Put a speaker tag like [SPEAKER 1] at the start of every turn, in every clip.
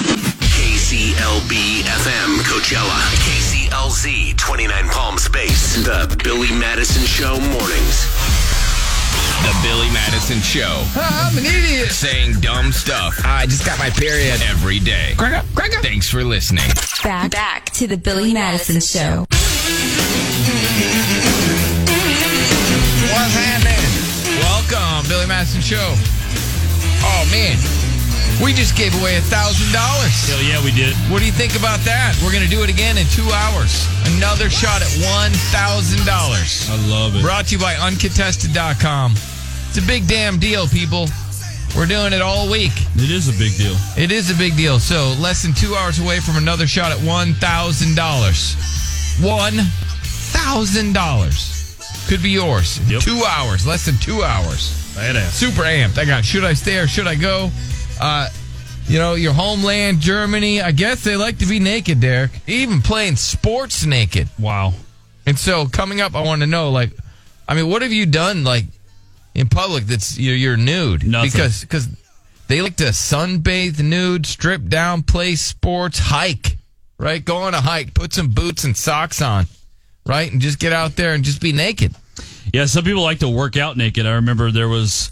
[SPEAKER 1] KCLB FM Coachella. KCLZ 29 Palms Base. The Billy Madison Show mornings.
[SPEAKER 2] The Billy Madison Show. I'm an idiot. Saying dumb stuff. I just got my period. Every day. Crack up, crack up. Thanks for listening.
[SPEAKER 3] Back, back to the Billy Madison Show.
[SPEAKER 2] What's happening? Welcome, Billy Madison Show. Oh, man. We just gave away a $1,000.
[SPEAKER 4] Hell yeah, we did.
[SPEAKER 2] What do you think about that? We're going to do it again in two hours. Another shot at $1,000.
[SPEAKER 4] I love it.
[SPEAKER 2] Brought to you by uncontested.com. It's a big damn deal, people. We're doing it all week.
[SPEAKER 4] It is a big deal.
[SPEAKER 2] It is a big deal. So, less than two hours away from another shot at $1,000. $1,000 could be yours. in
[SPEAKER 4] Yep.
[SPEAKER 2] Two hours, less than two hours.
[SPEAKER 4] Badass.
[SPEAKER 2] Super amped. I got should I stay or should I go? Uh, you know, your homeland, Germany, I guess they like to be naked, Derek. Even playing sports naked.
[SPEAKER 4] Wow.
[SPEAKER 2] And so coming up, I want to know, like, I mean, what have you done, like, in public that's you're, you're nude?
[SPEAKER 4] Nothing.
[SPEAKER 2] Because because they like to sunbathe nude, strip down, play sports, hike, right? Go on a hike, put some boots and socks on, right, and just get out there and just be naked.
[SPEAKER 4] Yeah, some people like to work out naked. I remember there was,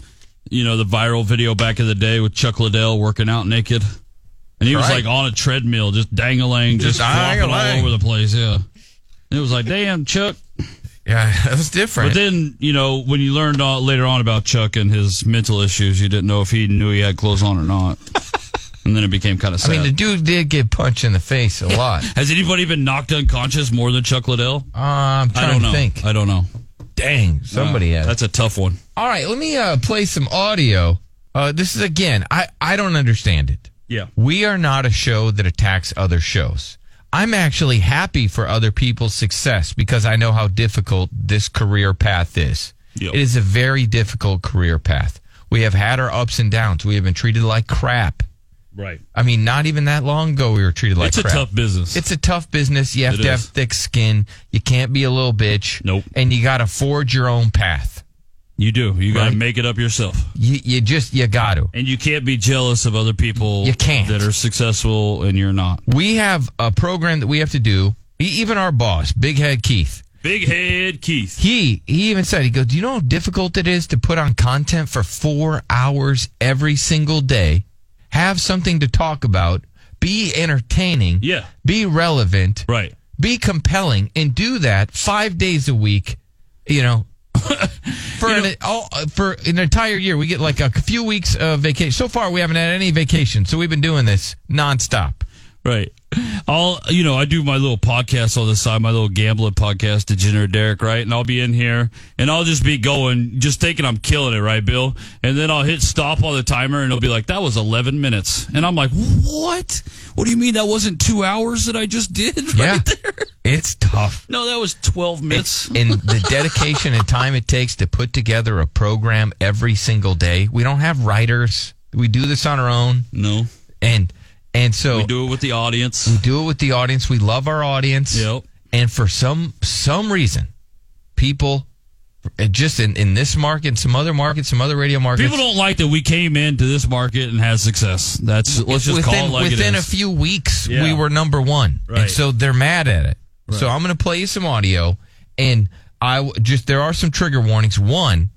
[SPEAKER 4] you know, the viral video back in the day with Chuck Liddell working out naked. And he was
[SPEAKER 2] Right.
[SPEAKER 4] like on a treadmill, just dangling, just,
[SPEAKER 2] Just
[SPEAKER 4] flopping
[SPEAKER 2] dangling.
[SPEAKER 4] all over the place. Yeah. And it was like, damn, Chuck.
[SPEAKER 2] Yeah, that was different.
[SPEAKER 4] But then, you know, when you learned uh, later on about Chuck and his mental issues, you didn't know if he knew he had clothes on or not. and then it became kind of
[SPEAKER 2] I
[SPEAKER 4] sad.
[SPEAKER 2] mean, the dude did get punched in the face a lot.
[SPEAKER 4] Has anybody been knocked unconscious more than Chuck Liddell?
[SPEAKER 2] Uh, I'm
[SPEAKER 4] I
[SPEAKER 2] trying
[SPEAKER 4] don't know.
[SPEAKER 2] to think.
[SPEAKER 4] I don't know.
[SPEAKER 2] Dang, somebody has.
[SPEAKER 4] Uh, That's a tough one.
[SPEAKER 2] All right, let me uh, play some audio. Uh, this is again, I I don't understand it.
[SPEAKER 4] Yeah.
[SPEAKER 2] We are not a show that attacks other shows. I'm actually happy for other people's success because I know how difficult this career path is.
[SPEAKER 4] Yep.
[SPEAKER 2] It is a very difficult career path. We have had our ups and downs. We have been treated like crap.
[SPEAKER 4] Right.
[SPEAKER 2] I mean, not even that long ago, we were treated like
[SPEAKER 4] it's a
[SPEAKER 2] crap.
[SPEAKER 4] tough business.
[SPEAKER 2] It's a tough business. You have
[SPEAKER 4] It
[SPEAKER 2] to have
[SPEAKER 4] is.
[SPEAKER 2] thick skin. You can't be a little bitch.
[SPEAKER 4] Nope.
[SPEAKER 2] And you got to forge your own path.
[SPEAKER 4] you do. You got
[SPEAKER 2] Right.
[SPEAKER 4] to make it up yourself.
[SPEAKER 2] You, you just, you got to.
[SPEAKER 4] And you can't be jealous of other people
[SPEAKER 2] You can't.
[SPEAKER 4] that are successful and you're not.
[SPEAKER 2] We have a program that we have to do. E- Even our boss, Big Head Keith,
[SPEAKER 4] Big head Keith.
[SPEAKER 2] he he even said he goes do you know how difficult it is to put on content for four hours every single day have something to talk about be entertaining
[SPEAKER 4] Yeah.
[SPEAKER 2] be relevant
[SPEAKER 4] Right.
[SPEAKER 2] be compelling and do that five days a week you know for
[SPEAKER 4] You know-
[SPEAKER 2] an all, for an entire year we get like a few weeks of vacation so far we haven't had any vacation so we've been doing this nonstop
[SPEAKER 4] Right. I'll, you know, I do my little podcast on the side, my little gambling podcast, Degenerate Derek, right? And I'll be in here and I'll just be going, just thinking I'm killing it, right, Bill? And then I'll hit stop on the timer and it'll be like, that was 11 minutes. And I'm like, what? What do you mean that wasn't two hours that I just did right
[SPEAKER 2] Yeah.
[SPEAKER 4] there?
[SPEAKER 2] it's tough
[SPEAKER 4] No, that was 12 minutes.
[SPEAKER 2] in the dedication and time it takes to put together a program every single day. We don't have writers. We do this on our own,
[SPEAKER 4] No.
[SPEAKER 2] and and so
[SPEAKER 4] We
[SPEAKER 2] we do,
[SPEAKER 4] do it with the audience.
[SPEAKER 2] it with the audience. We love our audience,
[SPEAKER 4] Yep.
[SPEAKER 2] and for some some reason, people, and just in in this market, and some other markets, some other radio markets,
[SPEAKER 4] People don't like that we came into this market and had success. That's let's just
[SPEAKER 2] within
[SPEAKER 4] call it like
[SPEAKER 2] within
[SPEAKER 4] it
[SPEAKER 2] a
[SPEAKER 4] is.
[SPEAKER 2] few weeks
[SPEAKER 4] Yeah.
[SPEAKER 2] we were number one, and
[SPEAKER 4] Right.
[SPEAKER 2] so they're mad at it. So I'm going to play you some audio, and I w- just there are some trigger warnings. One,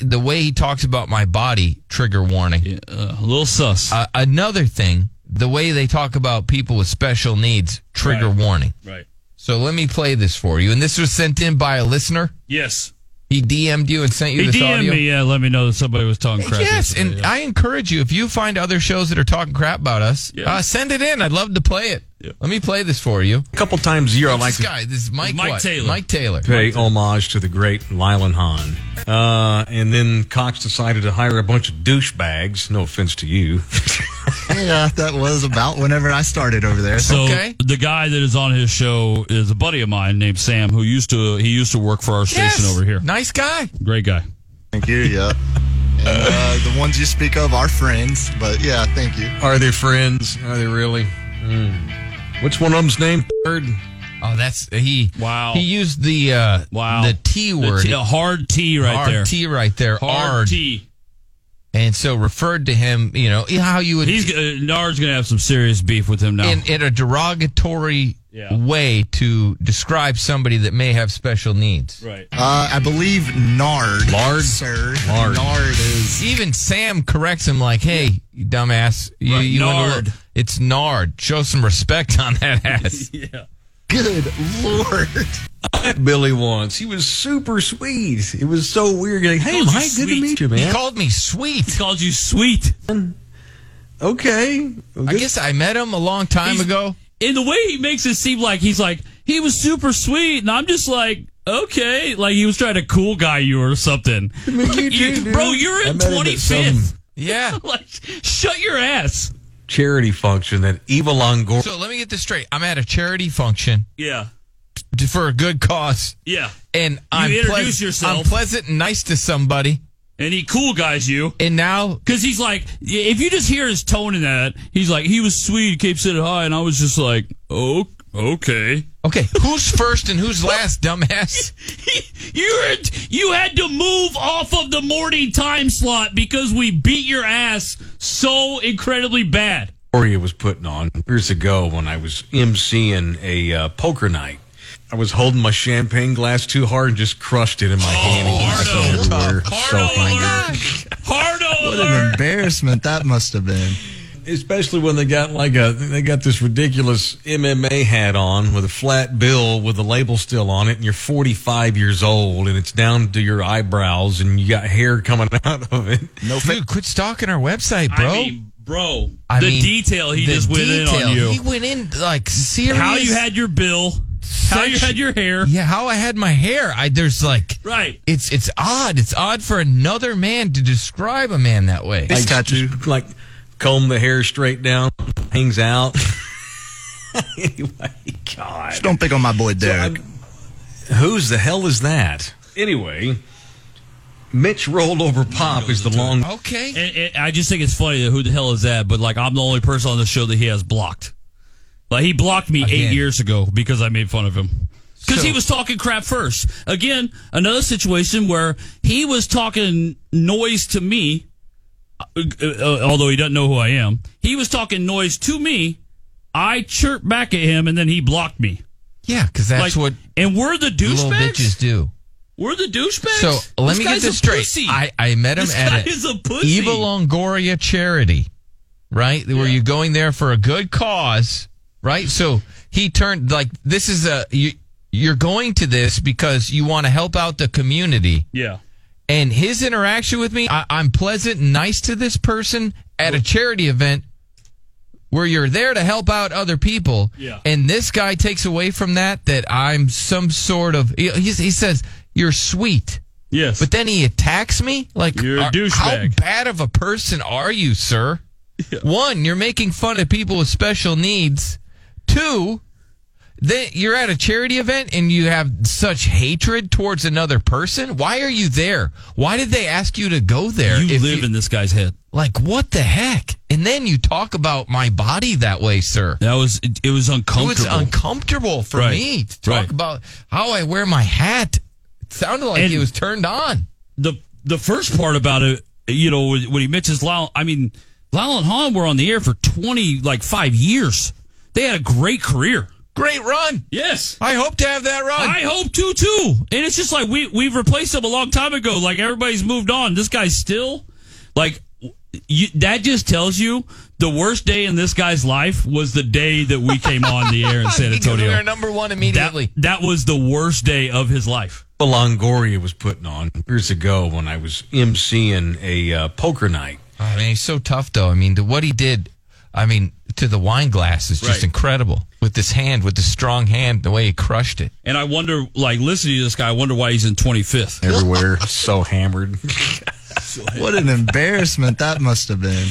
[SPEAKER 2] the way he talks about my body, trigger warning.
[SPEAKER 4] Uh, a little sus.
[SPEAKER 2] Uh, another thing, the way they talk about people with special needs, trigger
[SPEAKER 4] Right.
[SPEAKER 2] warning.
[SPEAKER 4] right.
[SPEAKER 2] So let me play this for you, and this was sent in by a listener.
[SPEAKER 4] Yes.
[SPEAKER 2] He DM'd you and sent you
[SPEAKER 4] He
[SPEAKER 2] this
[SPEAKER 4] DM'd
[SPEAKER 2] audio.
[SPEAKER 4] me. Yeah, let me know that somebody was talking crap.
[SPEAKER 2] Yes,
[SPEAKER 4] yesterday,
[SPEAKER 2] and
[SPEAKER 4] yeah.
[SPEAKER 2] I encourage you if you find other shows that are talking crap about us,
[SPEAKER 4] Yeah.
[SPEAKER 2] uh, send it in. I'd love to play it. Let me play this for you.
[SPEAKER 5] A couple times a year, I like
[SPEAKER 2] This
[SPEAKER 5] to
[SPEAKER 2] guy, this is Mike,
[SPEAKER 4] Mike
[SPEAKER 2] what?
[SPEAKER 4] Taylor.
[SPEAKER 2] Mike Taylor.
[SPEAKER 5] pay homage to the great Lylan Hahn. Uh, and then Cox decided to hire a bunch of douchebags. No offense to you.
[SPEAKER 6] yeah, that was about whenever I started over there.
[SPEAKER 4] So
[SPEAKER 2] Okay.
[SPEAKER 4] the guy that is on his show is a buddy of mine named Sam, who used to he used to work for our station
[SPEAKER 2] Yes.
[SPEAKER 4] over here.
[SPEAKER 2] Nice guy.
[SPEAKER 4] Great guy.
[SPEAKER 6] Thank you. Yeah. And, uh, the ones you speak of are friends, but yeah, thank you.
[SPEAKER 5] Are they friends? Are they really? Mm. What's one of them's name? Third.
[SPEAKER 2] Oh, that's he.
[SPEAKER 4] Wow.
[SPEAKER 2] He used the uh,
[SPEAKER 4] Wow.
[SPEAKER 2] the T
[SPEAKER 4] The
[SPEAKER 2] word.
[SPEAKER 4] T- a uh, hard T right
[SPEAKER 2] Hard
[SPEAKER 4] there.
[SPEAKER 2] T right there.
[SPEAKER 4] Hard
[SPEAKER 2] Ard.
[SPEAKER 4] T.
[SPEAKER 2] And so referred to him. You know how you would
[SPEAKER 4] He's uh, Nard's gonna have some serious beef with him now.
[SPEAKER 2] in, in a derogatory
[SPEAKER 4] Yeah.
[SPEAKER 2] way to describe somebody that may have special needs.
[SPEAKER 4] right.
[SPEAKER 6] Uh, I believe Nard.
[SPEAKER 5] Lard?
[SPEAKER 6] sir.
[SPEAKER 5] Lard.
[SPEAKER 6] Nard is.
[SPEAKER 2] Even Sam corrects him like, "Hey, you dumbass, you,
[SPEAKER 4] Right,
[SPEAKER 2] you went a
[SPEAKER 4] Nard.
[SPEAKER 2] little- it's Nard. Show some respect on that ass."
[SPEAKER 6] Good lord.
[SPEAKER 5] Met Billy once. He was super sweet. It was so weird. Like, hey,
[SPEAKER 4] Those are
[SPEAKER 5] Mike, good to
[SPEAKER 4] sweet.
[SPEAKER 5] meet you,
[SPEAKER 2] he
[SPEAKER 5] man.
[SPEAKER 2] called me sweet.
[SPEAKER 4] He called you sweet.
[SPEAKER 5] okay. Well,
[SPEAKER 2] I
[SPEAKER 5] good-
[SPEAKER 2] guess I met him a long time
[SPEAKER 4] He's-
[SPEAKER 2] ago.
[SPEAKER 4] And the way he makes it seem like he's like he was super sweet, and I'm just like. Okay, like he was trying to cool guy you or something.
[SPEAKER 5] meet you too, dude.
[SPEAKER 4] bro, you're
[SPEAKER 5] I
[SPEAKER 4] in
[SPEAKER 5] met him at
[SPEAKER 4] 25th.
[SPEAKER 5] some-
[SPEAKER 2] Yeah.
[SPEAKER 4] like, shut your ass.
[SPEAKER 5] charity function that Eva Longoria.
[SPEAKER 2] So let me get this straight. I'm at a charity function
[SPEAKER 4] Yeah,
[SPEAKER 2] t- for a good cause,
[SPEAKER 4] yeah.
[SPEAKER 2] and I'm
[SPEAKER 4] introduce
[SPEAKER 2] pleas-
[SPEAKER 4] yourself.
[SPEAKER 2] I'm pleasant and nice to somebody,
[SPEAKER 4] And he cool guys you.
[SPEAKER 2] and now
[SPEAKER 4] Because he's like, if you just hear his tone in that, he's like, he was sweet, kept sitting high, and I was just like, oh, okay.
[SPEAKER 2] okay, who's first and who's last, dumbass?
[SPEAKER 4] you were, you had to move off of the morning time slot because we beat your ass so incredibly bad.
[SPEAKER 5] was putting on years ago when I was emceeing a uh, poker night. I was holding my champagne glass too hard and just crushed it in my hand.
[SPEAKER 4] Hardo.
[SPEAKER 5] and it went everywhere. So
[SPEAKER 4] Hardo alert!
[SPEAKER 5] angry.
[SPEAKER 4] Hardo
[SPEAKER 6] An
[SPEAKER 4] alert!
[SPEAKER 6] embarrassment that must have been.
[SPEAKER 5] Especially when they got like a they got this ridiculous MMA hat on with a flat bill with the label still on it, and you're 45 years old and it's down to your eyebrows and you got hair coming out of it.
[SPEAKER 2] Dude, quit stalking our website, bro.
[SPEAKER 4] I mean, bro,
[SPEAKER 2] I
[SPEAKER 4] the
[SPEAKER 2] mean,
[SPEAKER 4] detail he
[SPEAKER 2] the
[SPEAKER 4] just went in
[SPEAKER 2] detail.
[SPEAKER 4] on you.
[SPEAKER 2] He went in like serious.
[SPEAKER 4] how you had your bill, how you
[SPEAKER 2] Such-
[SPEAKER 4] had your hair.
[SPEAKER 2] yeah, how I had my hair. I there's like
[SPEAKER 4] Right.
[SPEAKER 2] it's it's odd. It's odd for another man to describe a man that way.
[SPEAKER 6] Thanks,
[SPEAKER 5] Like,
[SPEAKER 6] Tattoo.
[SPEAKER 5] just, like comb the hair straight down, hangs out. anyway, God.
[SPEAKER 6] Just don't pick on my boy Derek.
[SPEAKER 5] Who's the hell is that? Anyway, Mitch rolled over pop is the long.
[SPEAKER 2] Okay.
[SPEAKER 4] And, and I just think it's funny that who the hell is that? But like, I'm the only person on the show that he has blocked. Like he blocked me eight
[SPEAKER 2] Again.
[SPEAKER 4] years ago because I made fun of him. Because he
[SPEAKER 2] So-
[SPEAKER 4] was talking crap first. Again, another situation where he was talking noise to me, uh, uh, although he doesn't know who I am. He was talking noise to me. I chirped back at him, and then he blocked me.
[SPEAKER 2] Yeah, because that's
[SPEAKER 4] like,
[SPEAKER 2] what
[SPEAKER 4] and we're the
[SPEAKER 2] little bitches
[SPEAKER 4] douchebags.
[SPEAKER 2] do.
[SPEAKER 4] We're the douchebags.
[SPEAKER 2] So let
[SPEAKER 4] This
[SPEAKER 2] me get
[SPEAKER 4] guy's a
[SPEAKER 2] this straight.
[SPEAKER 4] pussy.
[SPEAKER 2] I, I met him
[SPEAKER 4] This guy
[SPEAKER 2] at
[SPEAKER 4] is a pussy.
[SPEAKER 2] Eva Longoria charity, right? Where you're going there for a good cause, right? So he turned like this is a you, you're going to this because you want to help out the community.
[SPEAKER 4] yeah.
[SPEAKER 2] And his interaction with me, I, I'm pleasant and nice to this person at a charity event where you're there to help out other people.
[SPEAKER 4] Yeah.
[SPEAKER 2] And this guy takes away from that that I'm some sort of. He, he he says you're sweet.
[SPEAKER 4] Yes.
[SPEAKER 2] But then he attacks me? Like,
[SPEAKER 4] You're a
[SPEAKER 2] are- How
[SPEAKER 4] douchebag.
[SPEAKER 2] bad of a person are you, sir? One, you're making fun of people with special needs. Two, that you're at a charity event and you have such hatred towards another person. Why are you there? Why did they ask you to go there?
[SPEAKER 4] you
[SPEAKER 2] if
[SPEAKER 4] live in this guy's head.
[SPEAKER 2] like what the heck? And then you talk about my body that way, sir.
[SPEAKER 4] That was it, it was
[SPEAKER 2] It was
[SPEAKER 4] uncomfortable.
[SPEAKER 2] uncomfortable for
[SPEAKER 4] Right.
[SPEAKER 2] me to talk
[SPEAKER 4] Right.
[SPEAKER 2] about how I wear my hat. It sounded like
[SPEAKER 4] And-
[SPEAKER 2] he was turned on.
[SPEAKER 4] the the first part about it, you know, when when he mentions Lyle, I mean, Lyle and Hahn were on the air for twenty like five years. They had a great career.
[SPEAKER 2] Great run.
[SPEAKER 4] Yes.
[SPEAKER 2] I hope to have that run.
[SPEAKER 4] I hope to too. And it's just like we we've replaced him a long time ago. Like everybody's moved on. This guy's still like you, that just tells you the worst day in this guy's life was the day that we came on the air in San
[SPEAKER 2] Because We
[SPEAKER 4] Antonio.
[SPEAKER 2] were number one
[SPEAKER 4] That,
[SPEAKER 2] immediately.
[SPEAKER 4] that was the worst day of his life.
[SPEAKER 5] Eva Longoria was putting on years ago when I was emceeing a uh, poker night.
[SPEAKER 2] I mean, he's so tough, though. I mean, the, what he did. I mean, to the wine glass is just
[SPEAKER 4] Right.
[SPEAKER 2] incredible. With this hand, with the strong hand, the way he crushed it.
[SPEAKER 4] And I wonder, like, listening to this guy, I wonder why he's in 25th.
[SPEAKER 5] everywhere. so hammered.
[SPEAKER 6] What an embarrassment that must have been.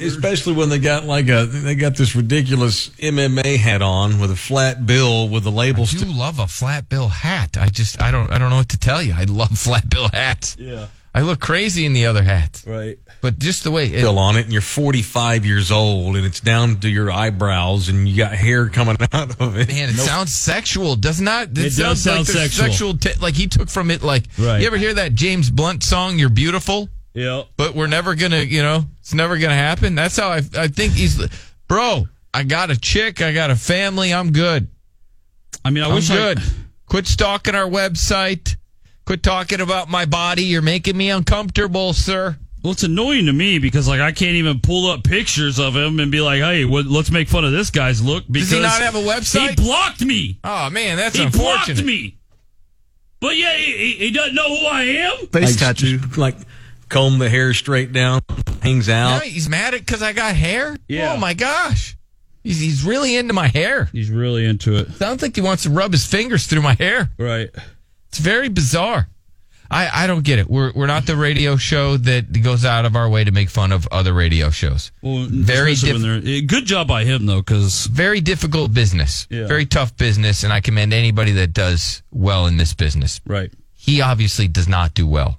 [SPEAKER 5] Especially when they got like a they got this ridiculous MMA hat on with a flat bill with the label
[SPEAKER 2] You
[SPEAKER 5] still
[SPEAKER 2] love a flat bill hat. I just I don't I don't know what to tell you. I love flat bill hats. Yeah. I look crazy in the other hat.
[SPEAKER 5] right
[SPEAKER 2] But just the way it,
[SPEAKER 5] bill on it and you're 45 years old and it's down to your eyebrows and you got hair coming out of it.
[SPEAKER 2] Man, it sounds sexual. Does not. It,
[SPEAKER 4] It does
[SPEAKER 2] sounds like
[SPEAKER 4] sound
[SPEAKER 2] there's
[SPEAKER 4] sexual.
[SPEAKER 2] sexual. t- like he took from it. Like
[SPEAKER 4] Right.
[SPEAKER 2] you ever hear that James Blunt song? You're beautiful,
[SPEAKER 4] Yeah.
[SPEAKER 2] but we're never gonna. You know, it's never gonna happen. That's how I. I think he's. Bro, I got a chick. I got a family. I'm good.
[SPEAKER 4] I mean, I
[SPEAKER 2] I'm
[SPEAKER 4] wish
[SPEAKER 2] good.
[SPEAKER 4] I.
[SPEAKER 2] Quit stalking our website. Quit talking about my body. You're making me uncomfortable, sir.
[SPEAKER 4] Well, it's annoying to me because, like, I can't even pull up pictures of him and be like, hey, what, let's make fun of this guy's look because.
[SPEAKER 2] he not have a website?
[SPEAKER 4] He blocked me.
[SPEAKER 2] Oh man, that's
[SPEAKER 4] he
[SPEAKER 2] unfortunate.
[SPEAKER 4] blocked me. But yeah, he, he- he doesn't know who I am.
[SPEAKER 6] Face
[SPEAKER 5] Like,
[SPEAKER 6] tattoo.
[SPEAKER 5] like comb the hair straight down, hangs
[SPEAKER 2] Now
[SPEAKER 5] out.
[SPEAKER 2] he's mad at because I got hair.
[SPEAKER 4] Yeah.
[SPEAKER 2] Oh my gosh, he's he's really into my hair.
[SPEAKER 4] He's really into it.
[SPEAKER 2] I don't think he wants to rub his fingers through my hair.
[SPEAKER 4] Right.
[SPEAKER 2] It's very bizarre. I, I don't get it. We're we're not the radio show that goes out of our way to make fun of other radio shows.
[SPEAKER 4] Well, very
[SPEAKER 2] Very
[SPEAKER 4] different. eh, Good job by him, though, because.
[SPEAKER 2] Very difficult business.
[SPEAKER 4] Yeah.
[SPEAKER 2] Very tough business, and I commend anybody that does well in this business.
[SPEAKER 4] Right.
[SPEAKER 2] He obviously does not do well.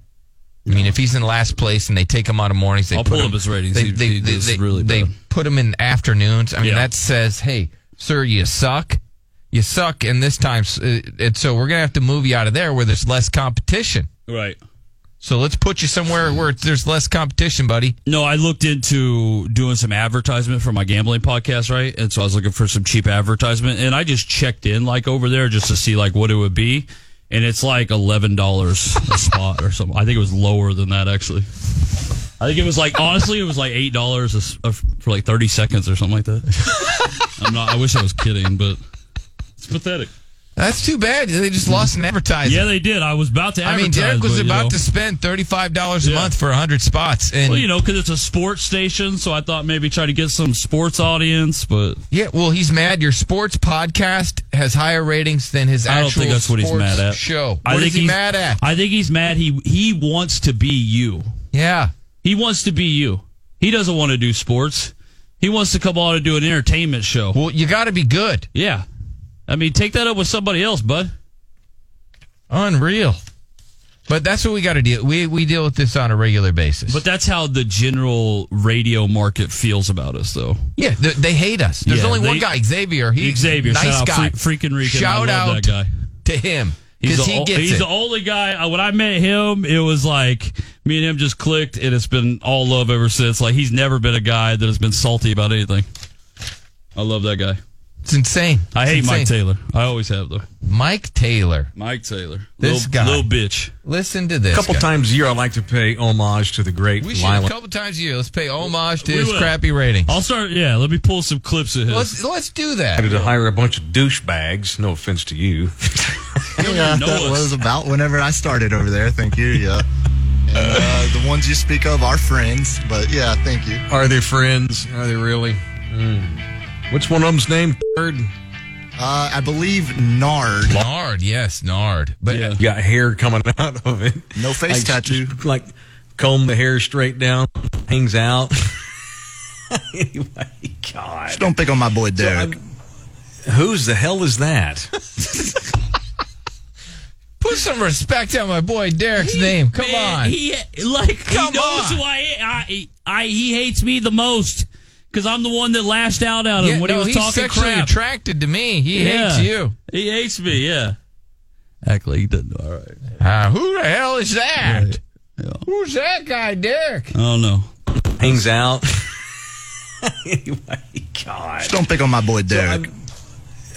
[SPEAKER 2] I mean, if he's in last place and they take him out of mornings, they
[SPEAKER 4] I'll
[SPEAKER 2] put
[SPEAKER 4] pull
[SPEAKER 2] him,
[SPEAKER 4] up his ratings.
[SPEAKER 2] They,
[SPEAKER 4] He-
[SPEAKER 2] they,
[SPEAKER 4] he
[SPEAKER 2] they,
[SPEAKER 4] does
[SPEAKER 2] they-
[SPEAKER 4] really
[SPEAKER 2] they
[SPEAKER 4] bad.
[SPEAKER 2] put him in afternoons. I mean,
[SPEAKER 4] Yeah.
[SPEAKER 2] that says, "Hey, sir, you suck. You suck." And this time, s- uh, and so we're gonna have to move you out of there where there's less competition.
[SPEAKER 4] Right.
[SPEAKER 2] So let's put you somewhere where there's less competition, buddy.
[SPEAKER 4] No, I looked into doing some advertisement for my gambling podcast, right? And so I was looking for some cheap advertisement, and I just checked in like over there just to see like what it would be, and it's like eleven dollars a spot or something. I think it was lower than that actually. I think it was like honestly, it was like eight dollars for like thirty seconds or something like that. I'm not. I wish I was kidding, but it's pathetic.
[SPEAKER 2] That's too bad. They just lost an advertising.
[SPEAKER 4] Yeah, they did. I was about to.
[SPEAKER 2] I mean,
[SPEAKER 4] advertise,
[SPEAKER 2] Derek was
[SPEAKER 4] but, you
[SPEAKER 2] about
[SPEAKER 4] know.
[SPEAKER 2] to spend thirty-five dollars a
[SPEAKER 4] Yeah.
[SPEAKER 2] month for hundred spots, and
[SPEAKER 4] Well, you know, because it's a sports station, so I thought maybe try to get some sports audience, but
[SPEAKER 2] yeah, well, he's mad. Your sports podcast has higher ratings than his
[SPEAKER 4] I
[SPEAKER 2] actual
[SPEAKER 4] don't think that's what he's
[SPEAKER 2] sports
[SPEAKER 4] mad at.
[SPEAKER 2] show. What
[SPEAKER 4] I think
[SPEAKER 2] is he
[SPEAKER 4] he's-
[SPEAKER 2] mad at?
[SPEAKER 4] I think he's mad. He he wants to be you.
[SPEAKER 2] yeah,
[SPEAKER 4] He wants to be you. He doesn't want to do sports. He wants to come on and do an entertainment show.
[SPEAKER 2] well, you got to be good.
[SPEAKER 4] Yeah, I mean, take that up with somebody else, bud.
[SPEAKER 2] Unreal. But that's what we got to deal. We we deal with this on a regular basis.
[SPEAKER 4] But that's how the general radio market feels about us, though.
[SPEAKER 2] yeah, they, they hate us. There's
[SPEAKER 4] Yeah,
[SPEAKER 2] only one
[SPEAKER 4] they-
[SPEAKER 2] guy, Xavier. He's
[SPEAKER 4] Xavier,
[SPEAKER 2] nice
[SPEAKER 4] shout out
[SPEAKER 2] guy,
[SPEAKER 4] Fre- freaking Rican. I
[SPEAKER 2] Shout
[SPEAKER 4] love
[SPEAKER 2] out
[SPEAKER 4] that guy.
[SPEAKER 2] to him because
[SPEAKER 4] the,
[SPEAKER 2] he
[SPEAKER 4] o-
[SPEAKER 2] gets
[SPEAKER 4] he's
[SPEAKER 2] it.
[SPEAKER 4] the only guy. I- When I met him, it was like me and him just clicked, and it's been all love ever since. Like he's never been a guy that has been salty about anything. I love that guy.
[SPEAKER 2] It's insane.
[SPEAKER 4] I
[SPEAKER 2] It's
[SPEAKER 4] hate Mike
[SPEAKER 2] insane.
[SPEAKER 4] Taylor. I always have though.
[SPEAKER 2] Mike Taylor.
[SPEAKER 4] Mike Taylor,
[SPEAKER 2] This
[SPEAKER 4] little,
[SPEAKER 2] guy.
[SPEAKER 4] little bitch.
[SPEAKER 2] Listen to this.
[SPEAKER 5] A couple
[SPEAKER 2] guy.
[SPEAKER 5] times a year, I like to pay homage to the great
[SPEAKER 2] We should a
[SPEAKER 5] Lila.
[SPEAKER 2] couple times a year. Let's pay homage to
[SPEAKER 4] We
[SPEAKER 2] his
[SPEAKER 4] will.
[SPEAKER 2] crappy ratings.
[SPEAKER 4] I'll start. Yeah, let me pull some clips of his.
[SPEAKER 2] Let's let's do that.
[SPEAKER 5] I had to hire a bunch of douchebags. No offense to you.
[SPEAKER 6] Yeah,
[SPEAKER 4] know
[SPEAKER 6] that
[SPEAKER 4] us.
[SPEAKER 6] was about whenever I started over there. Thank you. Yeah. And, uh, the ones you speak of are friends, but yeah, thank you.
[SPEAKER 5] Are they friends? Are they really? What's one of them's name? Third.
[SPEAKER 6] Uh, I believe Nard.
[SPEAKER 2] Nard, yes, Nard. But
[SPEAKER 4] Yeah.
[SPEAKER 5] Got hair coming out of it.
[SPEAKER 6] No face
[SPEAKER 5] Like,
[SPEAKER 6] tattoo.
[SPEAKER 5] just, Like comb the hair straight down, hangs out. anyway, God.
[SPEAKER 6] Don't pick on my boy Derek.
[SPEAKER 5] Who's the hell is that?
[SPEAKER 2] put some respect on my boy Derek's name. Come
[SPEAKER 4] Man,
[SPEAKER 2] on.
[SPEAKER 4] He like
[SPEAKER 2] Come
[SPEAKER 4] he knows
[SPEAKER 2] on.
[SPEAKER 4] who I, I I he hates me the most because I'm the one that lashed out at him
[SPEAKER 2] Yeah,
[SPEAKER 4] when
[SPEAKER 2] no,
[SPEAKER 4] he was
[SPEAKER 2] he's
[SPEAKER 4] talking
[SPEAKER 2] sexually
[SPEAKER 4] crap.
[SPEAKER 2] attracted to me. He hates you.
[SPEAKER 4] He hates me. Yeah. Act like he doesn't. All right.
[SPEAKER 2] Uh, who the hell is that? Who's that guy, Derek?
[SPEAKER 4] I don't know.
[SPEAKER 5] hangs out. anyway, God.
[SPEAKER 6] Don't pick on my boy Derek.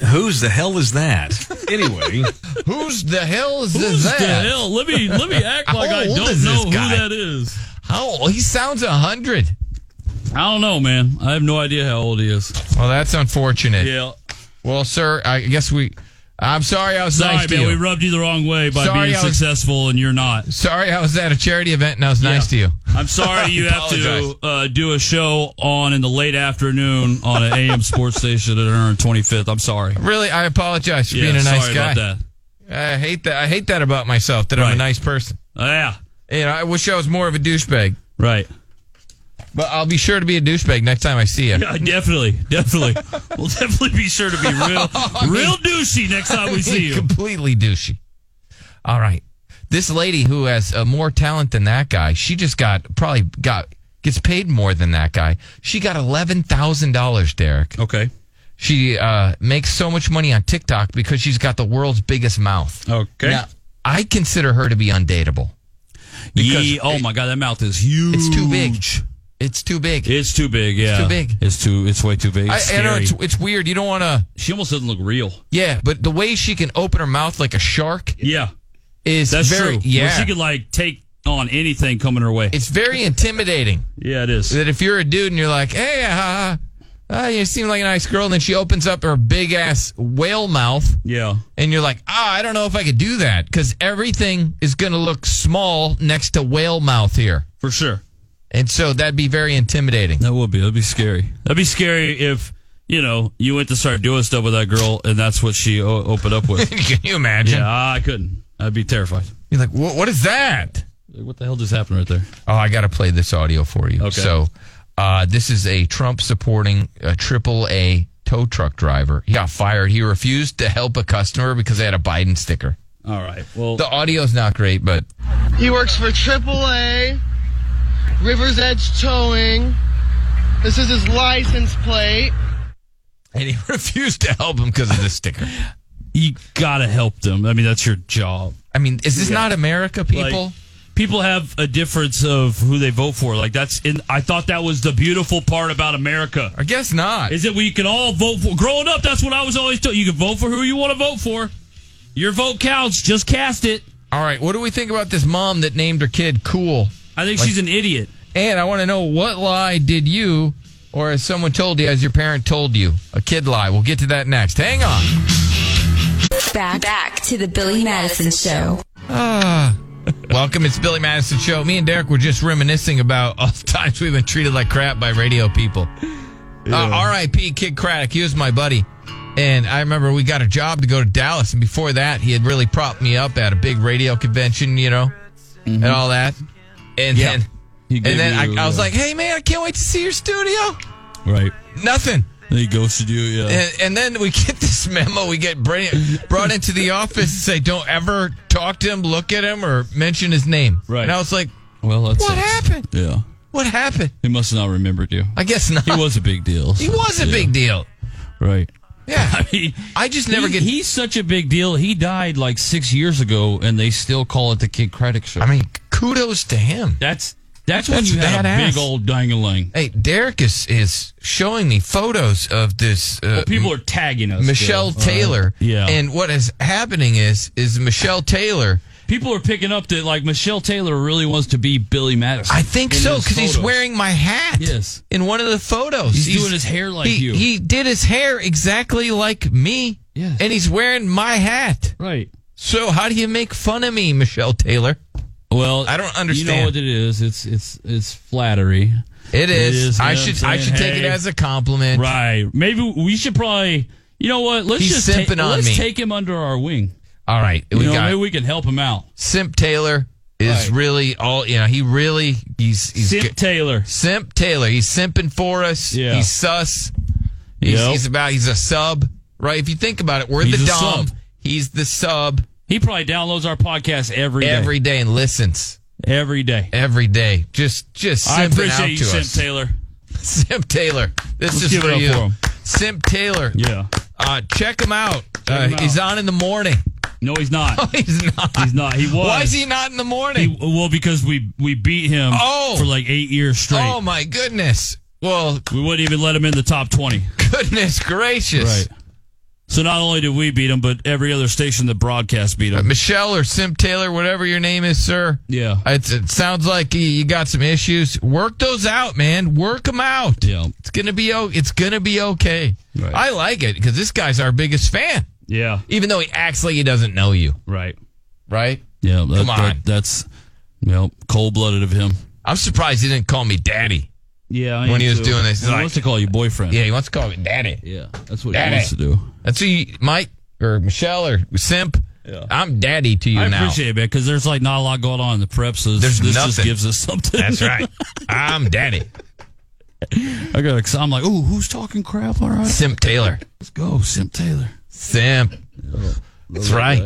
[SPEAKER 5] Who's the hell is that? Anyway,
[SPEAKER 2] Who's the hell is
[SPEAKER 4] Who's
[SPEAKER 2] that?
[SPEAKER 4] the hell? Let me let me act
[SPEAKER 2] How
[SPEAKER 4] like I
[SPEAKER 2] old
[SPEAKER 4] don't
[SPEAKER 2] is this
[SPEAKER 4] know who
[SPEAKER 2] guy?
[SPEAKER 4] that is.
[SPEAKER 2] How he sounds a hundred.
[SPEAKER 4] I don't know, man. I have no idea how old he is.
[SPEAKER 2] Well, that's unfortunate.
[SPEAKER 4] Yeah.
[SPEAKER 2] Well, sir, I guess we. I'm sorry I was
[SPEAKER 4] Sorry,
[SPEAKER 2] nice to
[SPEAKER 4] man.
[SPEAKER 2] you.
[SPEAKER 4] We rubbed you the wrong way by
[SPEAKER 2] Sorry,
[SPEAKER 4] being
[SPEAKER 2] I was-
[SPEAKER 4] successful, and you're not.
[SPEAKER 2] sorry I was at a charity event and I was nice to you.
[SPEAKER 4] I'm sorry you have to
[SPEAKER 2] Apologize.
[SPEAKER 4] uh, do a show on in the late afternoon on an AM sports station at her 25th. I'm sorry.
[SPEAKER 2] Really, I apologize for
[SPEAKER 4] Yeah,
[SPEAKER 2] being a nice
[SPEAKER 4] sorry
[SPEAKER 2] guy.
[SPEAKER 4] about that.
[SPEAKER 2] I hate that. I hate that about myself. That I'm a
[SPEAKER 4] Right.
[SPEAKER 2] nice person.
[SPEAKER 4] Yeah,
[SPEAKER 2] You know, I wish I was more of a douchebag.
[SPEAKER 4] right.
[SPEAKER 2] But I'll be sure to be a douchebag next time I see you.
[SPEAKER 4] Yeah, definitely, definitely. we'll definitely be sure to be real, real douchey next time we see you.
[SPEAKER 2] Completely douchey. All right. This lady who has uh, more talent than that guy, she just got probably got gets paid more than that guy. She got eleven thousand dollars, Derek.
[SPEAKER 4] Okay.
[SPEAKER 2] She uh, makes so much money on TikTok because she's got the world's biggest mouth.
[SPEAKER 4] Okay.
[SPEAKER 2] Now, I consider her to be undateable. because
[SPEAKER 4] Ye- oh my god, that mouth is huge.
[SPEAKER 2] It's too big. It's too big.
[SPEAKER 4] It's too big. Yeah.
[SPEAKER 2] too big.
[SPEAKER 4] It's too. It's way too big. It's
[SPEAKER 2] I, I know
[SPEAKER 4] scary.
[SPEAKER 2] it's, it's weird. You don't want to.
[SPEAKER 4] she almost doesn't look real.
[SPEAKER 2] Yeah, but the way she can open her mouth like a shark
[SPEAKER 4] Yeah,
[SPEAKER 2] is
[SPEAKER 4] that's
[SPEAKER 2] very
[SPEAKER 4] true.
[SPEAKER 2] yeah.
[SPEAKER 4] Where she could like take on anything coming her way.
[SPEAKER 2] it's very intimidating.
[SPEAKER 4] yeah, it is.
[SPEAKER 2] that if you're a dude and you're like, hey, uh, uh, you seem like a nice girl, and then she opens up her big ass whale mouth,
[SPEAKER 4] yeah.
[SPEAKER 2] and you're like, ah, I don't know if I could do that because everything is going to look small next to whale mouth here.
[SPEAKER 4] For sure.
[SPEAKER 2] And so that'd be very intimidating.
[SPEAKER 4] That would be. That'd be scary. That'd be scary if you know you went to start doing stuff with that girl and that's what she o- opened up with.
[SPEAKER 2] Can you imagine?
[SPEAKER 4] yeah, I couldn't. I'd be terrified.
[SPEAKER 2] You're like, "Wha- what is that?
[SPEAKER 4] Like, What the hell just happened right there?
[SPEAKER 2] Oh, I got to play this audio for you.
[SPEAKER 4] Okay.
[SPEAKER 2] So uh, this is a Trump supporting uh triple A tow truck driver. He got fired. He refused to help a customer because they had a Biden sticker.
[SPEAKER 4] All right. Well,
[SPEAKER 2] The audio's not great, but
[SPEAKER 7] He works for AAA, River's Edge Towing. This is his license plate.
[SPEAKER 2] and he refused to help him because of this sticker.
[SPEAKER 4] you gotta help them. I mean, that's your job.
[SPEAKER 2] I mean, is this not America,
[SPEAKER 4] Like,
[SPEAKER 2] people?
[SPEAKER 4] people have a difference of who they vote for. Like that's. In, I thought that was the beautiful part about America.
[SPEAKER 2] I guess not.
[SPEAKER 4] Is that we can all vote for. Growing up, that's what I was always told. You can vote for who you want to vote for. Your vote counts. Just cast it.
[SPEAKER 2] All right, what do we think about this mom that named her kid Cool?
[SPEAKER 4] I think she's an idiot.
[SPEAKER 2] And I want to know what lie did you, or as someone told you, as your parent told you, a kid lie? We'll get to that next. Hang on.
[SPEAKER 3] Back back to the Billy Madison show.
[SPEAKER 2] Welcome. It's Billy Madison Show. Me and Derek were just reminiscing about all the times we've been treated like crap by radio people. Uh, R.I.P. Kid Craddock. He was my buddy. And I remember we got a job to go to Dallas. And before that, he had really propped me up at a big radio convention, you know, and all that. And then, and then I, I was like, hey, man, I can't wait to see your studio.
[SPEAKER 4] right.
[SPEAKER 2] Nothing.
[SPEAKER 4] They ghosted you. Yeah.
[SPEAKER 2] And, and then we get this memo. We get br- brought into the office and say, don't ever talk to him, look at him, or mention his name.
[SPEAKER 4] Right.
[SPEAKER 2] And I was like,
[SPEAKER 4] well, that's
[SPEAKER 2] what happened?
[SPEAKER 4] Yeah.
[SPEAKER 2] What happened?
[SPEAKER 4] He must not remembered you.
[SPEAKER 2] I guess not.
[SPEAKER 4] He was a big deal.
[SPEAKER 2] He was a big deal.
[SPEAKER 4] Right.
[SPEAKER 2] Yeah. I just never
[SPEAKER 4] he,
[SPEAKER 2] get.
[SPEAKER 4] He's such a big deal. He died like six years ago, and they still call it the Kid Craddock Show.
[SPEAKER 2] I mean, kudos to him.
[SPEAKER 4] that's that's when
[SPEAKER 2] That's
[SPEAKER 4] you have a
[SPEAKER 2] badass.
[SPEAKER 4] big old dangling.
[SPEAKER 2] Hey, Derek is is showing me photos of this uh,
[SPEAKER 4] People are tagging us.
[SPEAKER 2] Michelle
[SPEAKER 4] Bill.
[SPEAKER 2] Taylor.
[SPEAKER 4] yeah.
[SPEAKER 2] And what is happening is is Michelle Taylor.
[SPEAKER 4] People are picking up that like Michelle Taylor really wants to be Billy Madison.
[SPEAKER 2] I think
[SPEAKER 4] in
[SPEAKER 2] so
[SPEAKER 4] those
[SPEAKER 2] because he's
[SPEAKER 4] photos.
[SPEAKER 2] wearing my hat.
[SPEAKER 4] Yes.
[SPEAKER 2] In one of the photos,
[SPEAKER 4] He's doing his hair like
[SPEAKER 2] he,
[SPEAKER 4] you.
[SPEAKER 2] He did his hair exactly like me.
[SPEAKER 4] Yes.
[SPEAKER 2] And he's wearing my hat.
[SPEAKER 4] right.
[SPEAKER 2] So how do you make fun of me, Michelle Taylor?
[SPEAKER 4] Well,
[SPEAKER 2] I don't
[SPEAKER 4] You
[SPEAKER 2] understand.
[SPEAKER 4] know what it is? It's it's it's flattery.
[SPEAKER 2] It is.
[SPEAKER 4] is,
[SPEAKER 2] I
[SPEAKER 4] you know what
[SPEAKER 2] should
[SPEAKER 4] I'm
[SPEAKER 2] I
[SPEAKER 4] saying?
[SPEAKER 2] should take it
[SPEAKER 4] Hey.
[SPEAKER 2] as a compliment.
[SPEAKER 4] Right. Maybe we should probably. You know what? Let's
[SPEAKER 2] He's
[SPEAKER 4] just ta-
[SPEAKER 2] simping on
[SPEAKER 4] let's
[SPEAKER 2] me.
[SPEAKER 4] take him under our wing.
[SPEAKER 2] All right,
[SPEAKER 4] You
[SPEAKER 2] we
[SPEAKER 4] know,
[SPEAKER 2] got
[SPEAKER 4] maybe we can help him out.
[SPEAKER 2] Simp Taylor is
[SPEAKER 4] Right.
[SPEAKER 2] really all you know. He really he's he's
[SPEAKER 4] Simp
[SPEAKER 2] good.
[SPEAKER 4] Taylor.
[SPEAKER 2] Simp Taylor. He's simping for us.
[SPEAKER 4] Yeah.
[SPEAKER 2] He's sus. He's,
[SPEAKER 4] Yep.
[SPEAKER 2] he's about he's a sub, right? If you think about it, we're
[SPEAKER 4] He's
[SPEAKER 2] the
[SPEAKER 4] a
[SPEAKER 2] dom.
[SPEAKER 4] sub.
[SPEAKER 2] He's the sub
[SPEAKER 4] He probably downloads our podcast every day.
[SPEAKER 2] every day and listens
[SPEAKER 4] every day.
[SPEAKER 2] every day. Just just simping
[SPEAKER 4] I
[SPEAKER 2] out
[SPEAKER 4] appreciate you,
[SPEAKER 2] to
[SPEAKER 4] Simp
[SPEAKER 2] us.
[SPEAKER 4] Taylor.
[SPEAKER 2] Simp Taylor. This
[SPEAKER 4] Let's
[SPEAKER 2] is
[SPEAKER 4] give
[SPEAKER 2] for
[SPEAKER 4] it up
[SPEAKER 2] you.
[SPEAKER 4] for him.
[SPEAKER 2] Simp Taylor.
[SPEAKER 4] Yeah.
[SPEAKER 2] Uh, check him out. uh,
[SPEAKER 4] him out.
[SPEAKER 2] He's on in the morning.
[SPEAKER 4] No, he's not.
[SPEAKER 2] he's not.
[SPEAKER 4] He's not. He was.
[SPEAKER 2] Why is he not in the morning?
[SPEAKER 4] He- well, because we we beat him
[SPEAKER 2] Oh.
[SPEAKER 4] for like eight years straight.
[SPEAKER 2] Oh my goodness. Well,
[SPEAKER 4] We wouldn't even let him in the top twenty.
[SPEAKER 2] goodness gracious.
[SPEAKER 4] So not only did we beat him, but every other station that broadcast beat
[SPEAKER 2] Uh,
[SPEAKER 4] him.
[SPEAKER 2] Michelle or Simp Taylor, whatever your name is, sir.
[SPEAKER 4] Yeah.
[SPEAKER 2] It's, it sounds like you- you got some issues. Work those out, man. Work them out.
[SPEAKER 4] Yeah.
[SPEAKER 2] It's gonna be o- it's gonna be okay.
[SPEAKER 4] Right.
[SPEAKER 2] I like it because this guy's our biggest fan,
[SPEAKER 4] Yeah.
[SPEAKER 2] even though he acts like he doesn't know you,
[SPEAKER 4] Right.
[SPEAKER 2] right?
[SPEAKER 4] Yeah. that-
[SPEAKER 2] Come on.
[SPEAKER 4] that- that's well cold blooded of him.
[SPEAKER 2] I'm surprised he didn't call me daddy.
[SPEAKER 4] Yeah, I
[SPEAKER 2] When
[SPEAKER 4] am
[SPEAKER 2] he was
[SPEAKER 4] too.
[SPEAKER 2] doing this,
[SPEAKER 4] he
[SPEAKER 2] like-
[SPEAKER 4] wants to call you boyfriend.
[SPEAKER 2] Yeah, he wants to call me daddy.
[SPEAKER 4] yeah, that's what
[SPEAKER 2] Daddy.
[SPEAKER 4] he wants to do.
[SPEAKER 2] That's who you, Mike or Michelle or Simp. I'm daddy to you
[SPEAKER 4] I
[SPEAKER 2] now.
[SPEAKER 4] appreciate it, man, because there's like not a lot going on in the prep, so this,
[SPEAKER 2] There's
[SPEAKER 4] this just
[SPEAKER 2] nothing.
[SPEAKER 4] gives us something.
[SPEAKER 2] That's right. I'm daddy.
[SPEAKER 4] I got. ex- I'm like, ooh, who's talking crap? All right,
[SPEAKER 2] Simp Taylor.
[SPEAKER 4] let's go, Simp Taylor.
[SPEAKER 2] Simp. That's right.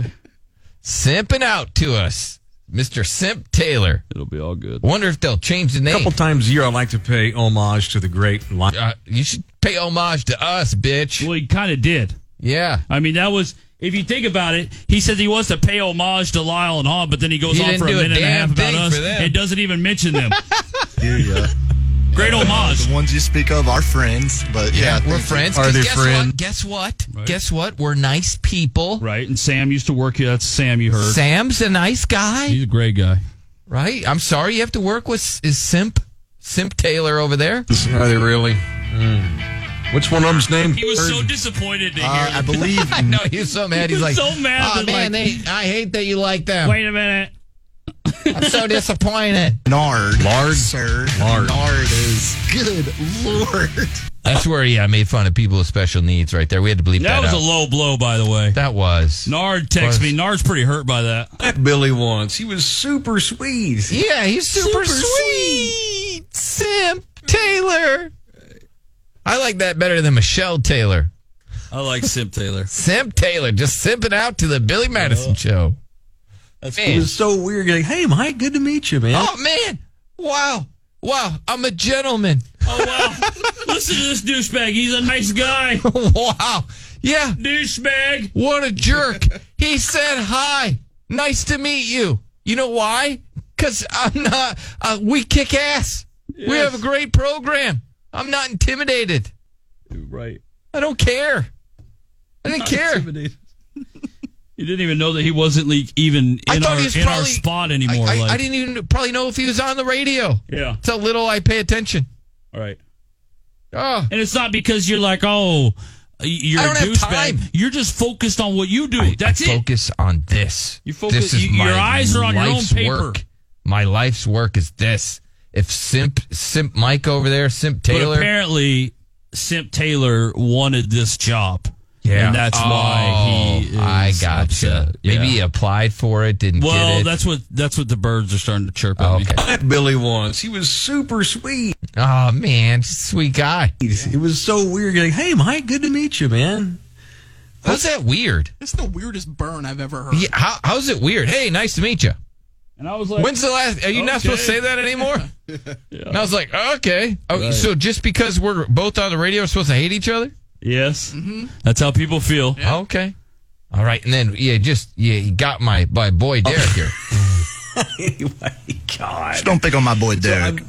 [SPEAKER 2] Simping out to us, Mr. Simp Taylor.
[SPEAKER 4] It'll be all good.
[SPEAKER 2] Wonder if they'll change the name.
[SPEAKER 5] couple times a year, I like to pay homage to the great line.
[SPEAKER 2] Uh, you should pay homage to us, bitch.
[SPEAKER 4] Well, he kind of did.
[SPEAKER 2] Yeah.
[SPEAKER 4] I mean, that was. If you think about it, he says he wants to pay homage to Lyle and Hahn, but then he goes
[SPEAKER 2] He
[SPEAKER 4] on
[SPEAKER 2] didn't
[SPEAKER 4] for a
[SPEAKER 2] do a
[SPEAKER 4] minute and a
[SPEAKER 2] damn
[SPEAKER 4] half about
[SPEAKER 2] thing
[SPEAKER 4] us
[SPEAKER 2] for them.
[SPEAKER 4] and doesn't even mention them.
[SPEAKER 6] Yeah, yeah.
[SPEAKER 4] Great homage.
[SPEAKER 6] The ones you speak of are friends, but yeah,
[SPEAKER 2] We're
[SPEAKER 6] thank you.
[SPEAKER 2] friends.
[SPEAKER 5] Are
[SPEAKER 2] 'cause
[SPEAKER 5] they
[SPEAKER 2] guess
[SPEAKER 5] friends?
[SPEAKER 2] What? Guess what?
[SPEAKER 4] Right.
[SPEAKER 2] Guess what? We're nice people.
[SPEAKER 4] Right, and Sam used to work here. That's Sam you heard.
[SPEAKER 2] Sam's a nice guy,
[SPEAKER 4] He's a great guy.
[SPEAKER 2] right? I'm sorry you have to work with is Simp Simp Taylor over there.
[SPEAKER 5] Are they really? Mm. Which one of them's named?
[SPEAKER 4] He was so
[SPEAKER 5] Bird?
[SPEAKER 4] disappointed to hear.
[SPEAKER 6] Uh, I believe
[SPEAKER 2] I know he's so mad.
[SPEAKER 4] He
[SPEAKER 2] he's
[SPEAKER 4] was
[SPEAKER 2] like
[SPEAKER 4] so mad
[SPEAKER 2] Oh
[SPEAKER 4] that,
[SPEAKER 2] man,
[SPEAKER 4] like-
[SPEAKER 2] they, I hate that you like them.
[SPEAKER 4] Wait a minute.
[SPEAKER 2] I'm so disappointed.
[SPEAKER 6] Nard.
[SPEAKER 5] Lard?
[SPEAKER 6] sir.
[SPEAKER 5] Lard.
[SPEAKER 6] Nard is good lord.
[SPEAKER 2] That's where yeah, I made fun of people with special needs. Right there, we had to bleep
[SPEAKER 4] That
[SPEAKER 2] that,
[SPEAKER 4] was a
[SPEAKER 2] out.
[SPEAKER 4] low blow, by the way.
[SPEAKER 2] that was
[SPEAKER 4] Nard texts
[SPEAKER 2] Was.
[SPEAKER 4] me. Nard's pretty hurt by that.
[SPEAKER 5] That Billy once. He was super sweet.
[SPEAKER 2] yeah, he's super,
[SPEAKER 4] Super
[SPEAKER 2] sweet. Simp Taylor. I like that better than Michelle Taylor.
[SPEAKER 4] I like Simp Taylor.
[SPEAKER 2] Simp Taylor just simping out to the Billy Madison show.
[SPEAKER 5] It
[SPEAKER 2] Man.
[SPEAKER 5] was so weird. You're like, hey, Mike, good to meet you, man.
[SPEAKER 2] Oh man! Wow! Wow! I'm a gentleman.
[SPEAKER 4] Oh wow! Listen to this douchebag. He's a nice guy.
[SPEAKER 2] wow! Yeah!
[SPEAKER 4] douchebag.
[SPEAKER 2] What a jerk! he said hi. Nice to meet you. You know why? Because I'm not. Uh, we kick ass. We have a great program. I'm not intimidated.
[SPEAKER 4] Right.
[SPEAKER 2] I don't care. I didn't care.
[SPEAKER 4] You didn't even know that he wasn't like even
[SPEAKER 2] I
[SPEAKER 4] in,
[SPEAKER 2] thought
[SPEAKER 4] our,
[SPEAKER 2] he was
[SPEAKER 4] in
[SPEAKER 2] probably
[SPEAKER 4] our spot anymore.
[SPEAKER 2] I, I-
[SPEAKER 4] like,
[SPEAKER 2] I didn't even probably know if he was on the radio.
[SPEAKER 4] Yeah.
[SPEAKER 2] It's how little I pay attention.
[SPEAKER 4] All right.
[SPEAKER 2] Oh,
[SPEAKER 4] And it's not because you're like, oh, you're
[SPEAKER 2] I
[SPEAKER 4] a
[SPEAKER 2] don't have time.
[SPEAKER 4] douchebag. You're just focused on what you do. That's it.
[SPEAKER 2] focus on this.
[SPEAKER 4] You focus-
[SPEAKER 2] This is
[SPEAKER 4] you-
[SPEAKER 2] my
[SPEAKER 4] your eyes are on your own
[SPEAKER 2] life's
[SPEAKER 4] paper.
[SPEAKER 2] Work. My life's work is this. If simp simp Mike over there, simp
[SPEAKER 4] But
[SPEAKER 2] Taylor,
[SPEAKER 4] apparently, Simp Taylor wanted this job.
[SPEAKER 2] Yeah.
[SPEAKER 4] And that's why he. Is
[SPEAKER 2] Oh, I gotcha.
[SPEAKER 4] upset. Yeah.
[SPEAKER 2] Maybe he applied for it, didn't
[SPEAKER 4] Well,
[SPEAKER 2] get it.
[SPEAKER 4] that's what that's what the birds are starting to chirp at
[SPEAKER 2] oh,
[SPEAKER 4] me.
[SPEAKER 2] okay.
[SPEAKER 5] That Billy once. He was super sweet.
[SPEAKER 2] Oh man, sweet guy.
[SPEAKER 5] It was so weird. You're like, hey, Mike, good to meet you, man.
[SPEAKER 2] How's that weird?
[SPEAKER 8] That's the weirdest burn I've ever heard.
[SPEAKER 2] Yeah, how, how's it weird? Hey, nice to meet you.
[SPEAKER 4] And I was like,
[SPEAKER 2] When's the last? Are you not supposed to
[SPEAKER 4] Okay.
[SPEAKER 2] say that anymore? And I was like, okay. Oh, So just because we're both on the radio, we're supposed to hate each other?
[SPEAKER 4] yes,
[SPEAKER 2] Mm-hmm.
[SPEAKER 4] that's how people feel.
[SPEAKER 2] Okay. All right, and then yeah, just yeah, you got my my boy Derek here.
[SPEAKER 6] Just don't pick on my boy Derek.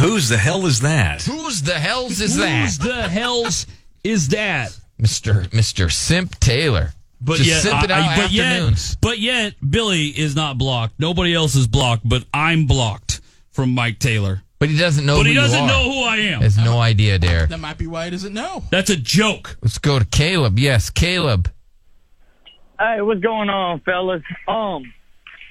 [SPEAKER 5] Who's the hell is that?
[SPEAKER 2] Who's the hell's is that,
[SPEAKER 4] Who's the hell's is that?
[SPEAKER 2] Mister Mister Simp Taylor?
[SPEAKER 4] But
[SPEAKER 2] just
[SPEAKER 4] yet,
[SPEAKER 2] simp it
[SPEAKER 4] I-
[SPEAKER 2] out
[SPEAKER 4] I- but
[SPEAKER 2] afternoons.
[SPEAKER 4] yet, but yet, Billy is not blocked. Nobody else is blocked, but I'm blocked from Mike Taylor.
[SPEAKER 2] But he doesn't know.
[SPEAKER 4] But
[SPEAKER 2] who
[SPEAKER 4] he
[SPEAKER 2] Oh, you
[SPEAKER 4] doesn't
[SPEAKER 2] are.
[SPEAKER 4] know who I am.
[SPEAKER 2] Has no idea, Derek.
[SPEAKER 8] That might be why he doesn't know.
[SPEAKER 4] That's a joke.
[SPEAKER 2] Let's go to Caleb. Yes, Caleb.
[SPEAKER 9] Hey, what's going on, fellas? Um,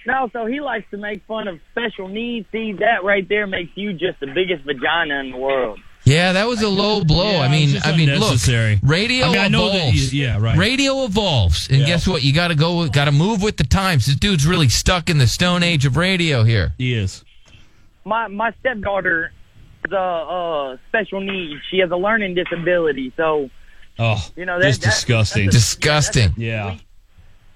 [SPEAKER 9] no, so he likes to make fun of special needs. See, that right there makes you just the biggest vagina in the world.
[SPEAKER 2] Yeah, that was a low blow.
[SPEAKER 4] yeah,
[SPEAKER 2] I
[SPEAKER 4] it was
[SPEAKER 2] mean,
[SPEAKER 4] just
[SPEAKER 2] I mean, look,
[SPEAKER 4] unnecessary.
[SPEAKER 2] radio
[SPEAKER 4] I mean, I know that
[SPEAKER 2] evolves.
[SPEAKER 4] you- yeah, right.
[SPEAKER 2] Radio evolves, and
[SPEAKER 4] Yeah.
[SPEAKER 2] guess what? You got to go, got to move with the times. This dude's really stuck in the stone age of radio here.
[SPEAKER 4] He is.
[SPEAKER 9] My my stepdaughter is a uh, special needs. She has a learning disability, so
[SPEAKER 4] Oh,
[SPEAKER 9] you know that-
[SPEAKER 4] that's
[SPEAKER 9] that-
[SPEAKER 4] disgusting.
[SPEAKER 9] that's a-
[SPEAKER 2] Disgusting.
[SPEAKER 4] yeah.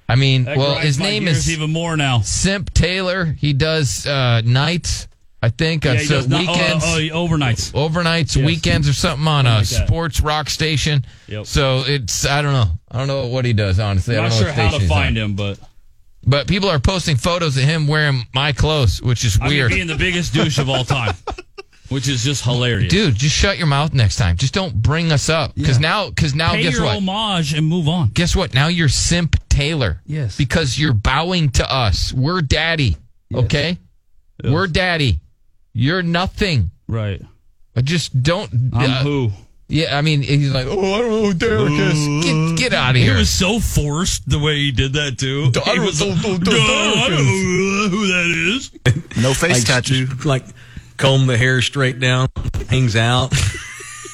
[SPEAKER 2] I mean,
[SPEAKER 4] That
[SPEAKER 2] well,
[SPEAKER 4] grinds
[SPEAKER 2] his
[SPEAKER 4] my
[SPEAKER 2] name
[SPEAKER 4] gears
[SPEAKER 2] is
[SPEAKER 4] even more now.
[SPEAKER 2] Simp Taylor. He does uh, nights, I think, on
[SPEAKER 4] Yeah, he
[SPEAKER 2] so
[SPEAKER 4] does not- oh,
[SPEAKER 2] weekends.
[SPEAKER 4] oh, oh, overnights.
[SPEAKER 2] Overnights,
[SPEAKER 4] Yes.
[SPEAKER 2] weekends, or something on a
[SPEAKER 4] Something like that.
[SPEAKER 2] sports rock station.
[SPEAKER 4] Yep.
[SPEAKER 2] So it's I don't know. I don't know what he does. Honestly, I
[SPEAKER 4] not
[SPEAKER 2] don't
[SPEAKER 4] sure
[SPEAKER 2] know what
[SPEAKER 4] how
[SPEAKER 2] station
[SPEAKER 4] to
[SPEAKER 2] he's on.
[SPEAKER 4] find him, but
[SPEAKER 2] But people are posting photos of him wearing my clothes, which is
[SPEAKER 4] I mean,
[SPEAKER 2] weird.
[SPEAKER 4] being the biggest douche of all time, which is just hilarious.
[SPEAKER 2] Dude, just shut your mouth next time. Just don't bring us up because now, because now,
[SPEAKER 4] Pay
[SPEAKER 2] guess
[SPEAKER 4] your
[SPEAKER 2] what?
[SPEAKER 4] homage and move on.
[SPEAKER 2] guess what? Now you're simp Taylor.
[SPEAKER 4] Yes.
[SPEAKER 2] Because you're bowing to us. We're daddy. Okay. We're daddy. You're nothing.
[SPEAKER 4] Right.
[SPEAKER 2] But Just don't.
[SPEAKER 4] I'm
[SPEAKER 2] uh,
[SPEAKER 4] who.
[SPEAKER 2] yeah, I mean, he's like, oh, I don't know who Derek is. Get, get out of
[SPEAKER 4] It
[SPEAKER 2] here.
[SPEAKER 4] was so forced the way he did that too.
[SPEAKER 2] I don't
[SPEAKER 4] He was
[SPEAKER 2] know-
[SPEAKER 4] like,
[SPEAKER 2] don't- don't-
[SPEAKER 4] "No,
[SPEAKER 2] don't-
[SPEAKER 4] I don't know who that is.
[SPEAKER 6] No face
[SPEAKER 5] Likes
[SPEAKER 6] tattoo.
[SPEAKER 5] to, like comb the hair straight down, hangs out.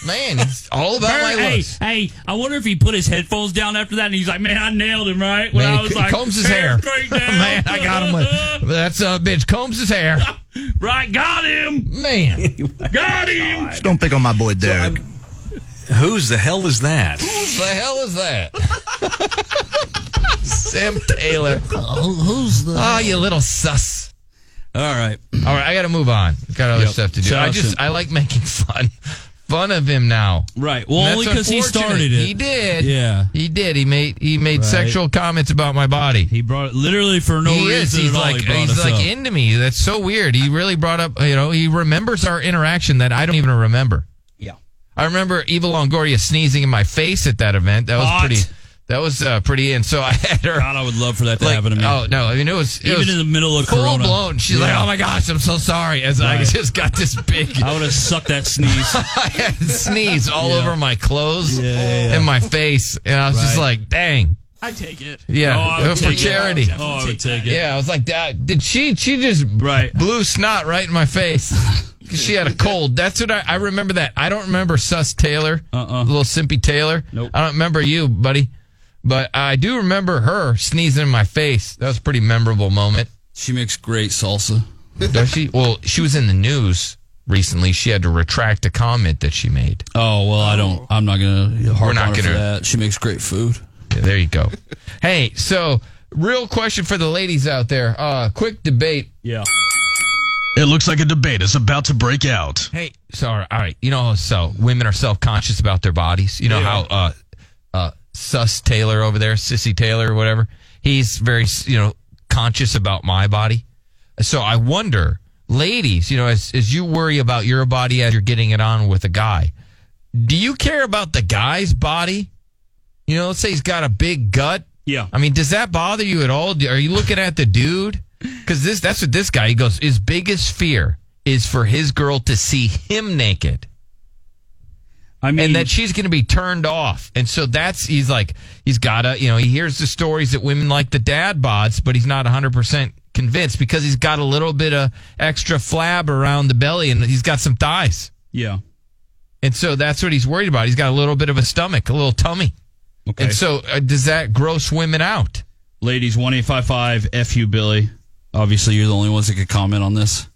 [SPEAKER 2] Man, it's all about
[SPEAKER 4] Bert,
[SPEAKER 2] my
[SPEAKER 4] hey,
[SPEAKER 2] looks.
[SPEAKER 4] hey, I wonder if he put his headphones down after that, and he's like, "Man, I nailed him right." When
[SPEAKER 2] Man,
[SPEAKER 4] I was
[SPEAKER 2] he
[SPEAKER 4] like,
[SPEAKER 2] combs his hair.
[SPEAKER 4] straight down.
[SPEAKER 2] Man, I got him. With, that's a uh, bitch. Combs his hair.
[SPEAKER 4] right, got him,
[SPEAKER 2] Man,
[SPEAKER 4] got him.
[SPEAKER 6] Just don't pick on my boy Derek.
[SPEAKER 5] Who's the hell is that?
[SPEAKER 2] who the hell is that? Sam Taylor. who's the? Oh, you little sus.
[SPEAKER 4] All right,
[SPEAKER 2] All right, I got to move on. Got other
[SPEAKER 4] Yep.
[SPEAKER 2] stuff to do.
[SPEAKER 4] Shout
[SPEAKER 2] I
[SPEAKER 4] out
[SPEAKER 2] just
[SPEAKER 4] to-
[SPEAKER 2] I like making fun fun of him now.
[SPEAKER 4] right. Well,
[SPEAKER 2] And
[SPEAKER 4] only
[SPEAKER 2] that's
[SPEAKER 4] because he
[SPEAKER 2] unfortunate.
[SPEAKER 4] started it.
[SPEAKER 2] He did.
[SPEAKER 4] Yeah.
[SPEAKER 2] He did. He made he made
[SPEAKER 4] Right.
[SPEAKER 2] sexual comments about my body.
[SPEAKER 4] He brought it literally for no
[SPEAKER 2] he is.
[SPEAKER 4] reason
[SPEAKER 2] He's
[SPEAKER 4] at all.
[SPEAKER 2] like
[SPEAKER 4] he brought
[SPEAKER 2] he's
[SPEAKER 4] us
[SPEAKER 2] like
[SPEAKER 4] up.
[SPEAKER 2] into me. That's so weird. He really brought up. You know, he remembers our interaction that I don't even remember.
[SPEAKER 4] yeah.
[SPEAKER 2] I remember Eva Longoria sneezing in my face at that event. That was
[SPEAKER 4] Hot.
[SPEAKER 2] pretty. That was uh, pretty. And so I had her.
[SPEAKER 4] God, I would love for that to
[SPEAKER 2] like,
[SPEAKER 4] happen to me.
[SPEAKER 2] Oh no! I mean, it was it
[SPEAKER 4] Even
[SPEAKER 2] was
[SPEAKER 4] in the middle of
[SPEAKER 2] full
[SPEAKER 4] Corona.
[SPEAKER 2] blown. She's like,
[SPEAKER 4] Yeah.
[SPEAKER 2] "Oh my gosh, I'm so sorry." As I
[SPEAKER 4] Right.
[SPEAKER 2] just got this big
[SPEAKER 4] I would have sucked that sneeze.
[SPEAKER 2] I had sneeze all
[SPEAKER 4] Yeah.
[SPEAKER 2] over my clothes
[SPEAKER 4] Yeah, yeah, yeah.
[SPEAKER 2] and my face, and I was just
[SPEAKER 4] Right.
[SPEAKER 2] like, "Dang,
[SPEAKER 8] I take it.
[SPEAKER 2] yeah,
[SPEAKER 4] Oh, I would
[SPEAKER 2] it was for
[SPEAKER 4] take it.
[SPEAKER 2] charity."
[SPEAKER 4] Oh, I would take it.
[SPEAKER 2] Yeah, I was like, "That did she? She just
[SPEAKER 4] Right.
[SPEAKER 2] blew snot right in my face 'Cause she had a cold." That's what I, I remember. That I don't remember Sus Taylor,
[SPEAKER 4] Uh-uh.
[SPEAKER 2] little simpy Taylor.
[SPEAKER 4] Nope.
[SPEAKER 2] I don't remember you, buddy, but I do remember her sneezing in my face. That was a pretty memorable moment.
[SPEAKER 4] She makes great salsa.
[SPEAKER 2] Does she? Well, she was in the news recently. She had to retract a comment that she made.
[SPEAKER 4] Oh well, I don't. I'm not gonna. Harp
[SPEAKER 2] We're not
[SPEAKER 4] on her for
[SPEAKER 2] gonna-
[SPEAKER 4] That. She makes great food.
[SPEAKER 2] Yeah, there you go. hey, so real question for the ladies out there. Uh quick debate.
[SPEAKER 4] Yeah.
[SPEAKER 1] It looks like a debate is about to break out.
[SPEAKER 2] Hey, sorry. All right. You know, so women are self-conscious about their bodies. You know how uh uh Sus Taylor over there, Sissy Taylor or whatever, he's very, you know, conscious about my body. So I wonder, ladies, you know, as as you worry about your body as you're getting it on with a guy, do you care about the guy's body? You know, let's say he's got a big gut.
[SPEAKER 4] Yeah.
[SPEAKER 2] I mean, does that bother you at all? Do- Are you looking at the dude? Because this that's what this guy he goes, his biggest fear is for his girl to see him naked.
[SPEAKER 4] I mean,
[SPEAKER 2] And that she's going to be turned off. And so that's, he's like, he's got to, you know, he hears the stories that women like the dad bods, but he's not 100% convinced because he's got a little bit of extra flab around the belly and he's got some thighs.
[SPEAKER 4] yeah.
[SPEAKER 2] And so that's what he's worried about. He's got a little bit of a stomach, a little tummy.
[SPEAKER 4] Okay.
[SPEAKER 2] And so uh, does that gross women out?
[SPEAKER 4] Ladies, one eight five five F you Billy. Obviously, you're the only ones that could comment on this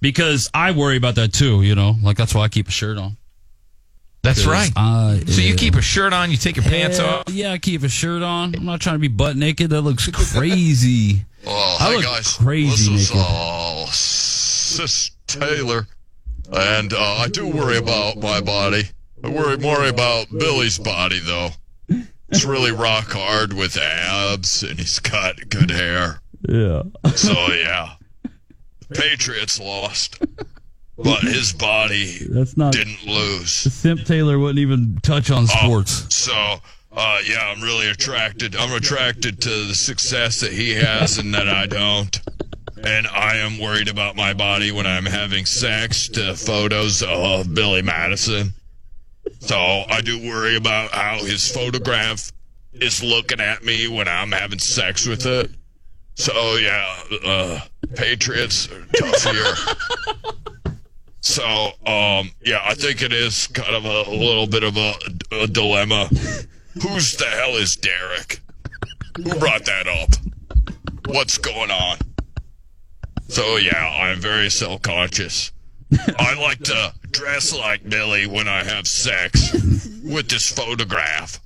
[SPEAKER 4] because I worry about that too. You know, like that's why I keep a shirt on.
[SPEAKER 2] That's right.
[SPEAKER 4] I,
[SPEAKER 2] So you keep a shirt on, you take your pants off.
[SPEAKER 4] Yeah, I keep a shirt on. I'm not trying to be butt naked. That looks crazy.
[SPEAKER 10] Oh,
[SPEAKER 4] I
[SPEAKER 10] hey
[SPEAKER 4] look
[SPEAKER 10] guys.
[SPEAKER 4] crazy
[SPEAKER 10] This is
[SPEAKER 4] naked.
[SPEAKER 10] uh, Sis Taylor, and uh, I do worry about my body. I worry more about Billy's body though. It's really rock hard with abs, and he's got good hair.
[SPEAKER 4] Yeah.
[SPEAKER 10] So yeah, Patriots lost, but his body
[SPEAKER 4] That's not.
[SPEAKER 10] didn't lose.
[SPEAKER 4] Simp Taylor wouldn't even touch
[SPEAKER 10] Oh.
[SPEAKER 4] on sports.
[SPEAKER 10] So, uh, yeah, I'm really attracted. I'm attracted to the success that he has and that I don't. And I am worried about my body when I'm having sex to photos of Billy Madison. So I do worry about how his photograph is looking at me when I'm having sex with it. So, yeah, uh, Patriots are tough here. So, um, yeah, I think it is kind of a, little bit of a, a dilemma. Who's the hell is Derek? Who brought that up? What's going on? So, yeah, I'm very self conscious. I like to dress like Billy when I have sex with this photograph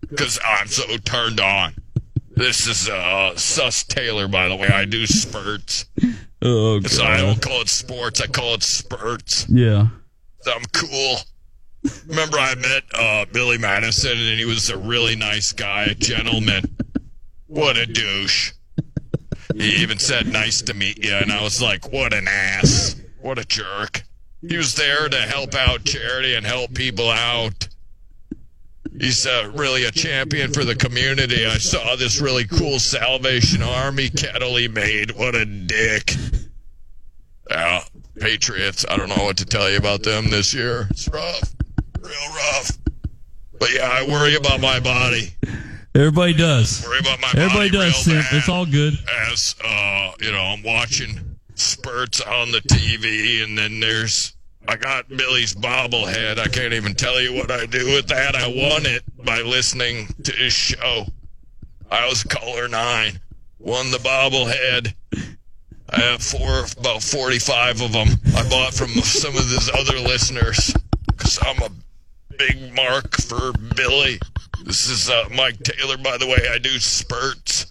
[SPEAKER 10] because I'm so turned on. This is uh, Sus Taylor, by the way. I do spurts.
[SPEAKER 4] Oh god.
[SPEAKER 10] So I don't call it sports, I call it spurts.
[SPEAKER 4] Yeah.
[SPEAKER 10] I'm cool. Remember, I met uh, Billy Madison, and he was a really nice guy, a gentleman. What a douche. He even said, Nice to meet you. And I was like, What an ass. What a jerk. He was there to help out charity and help people out. He's uh, really a champion for the community. I saw this really cool Salvation Army kettle he made. What a dick. Yeah, Patriots. I don't know what to tell you about them this year. It's rough, real rough. But yeah, I worry about my body.
[SPEAKER 4] Everybody does.
[SPEAKER 10] Worry about my
[SPEAKER 4] Everybody
[SPEAKER 10] body.
[SPEAKER 4] does,
[SPEAKER 10] real
[SPEAKER 4] Simp.
[SPEAKER 10] bad
[SPEAKER 4] It's all good.
[SPEAKER 10] As uh, you know, I'm watching spurts on the TV, and then there's I got Billy's bobblehead. I can't even tell you what I do with that. I won it by listening to his show. I was caller nine, won the bobblehead. I have four, about forty-five of them. I bought from some of his other listeners because I'm a big mark for Billy. This is uh, Mike Taylor, by the way. I do spurts.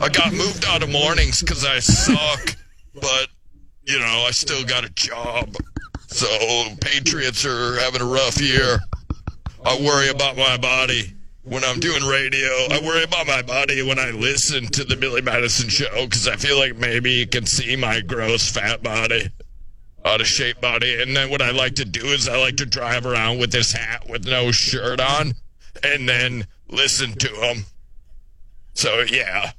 [SPEAKER 10] I got moved out of mornings because I suck, but you know I still got a job. So Patriots are having a rough year. I worry about my body when I'm doing radio. I worry about my body when I listen to the Billy Madison show because I feel like maybe you can see my gross fat body out of shape body. And then what I like to do is I like to drive around with this hat with no shirt on and then listen to him. So, yeah.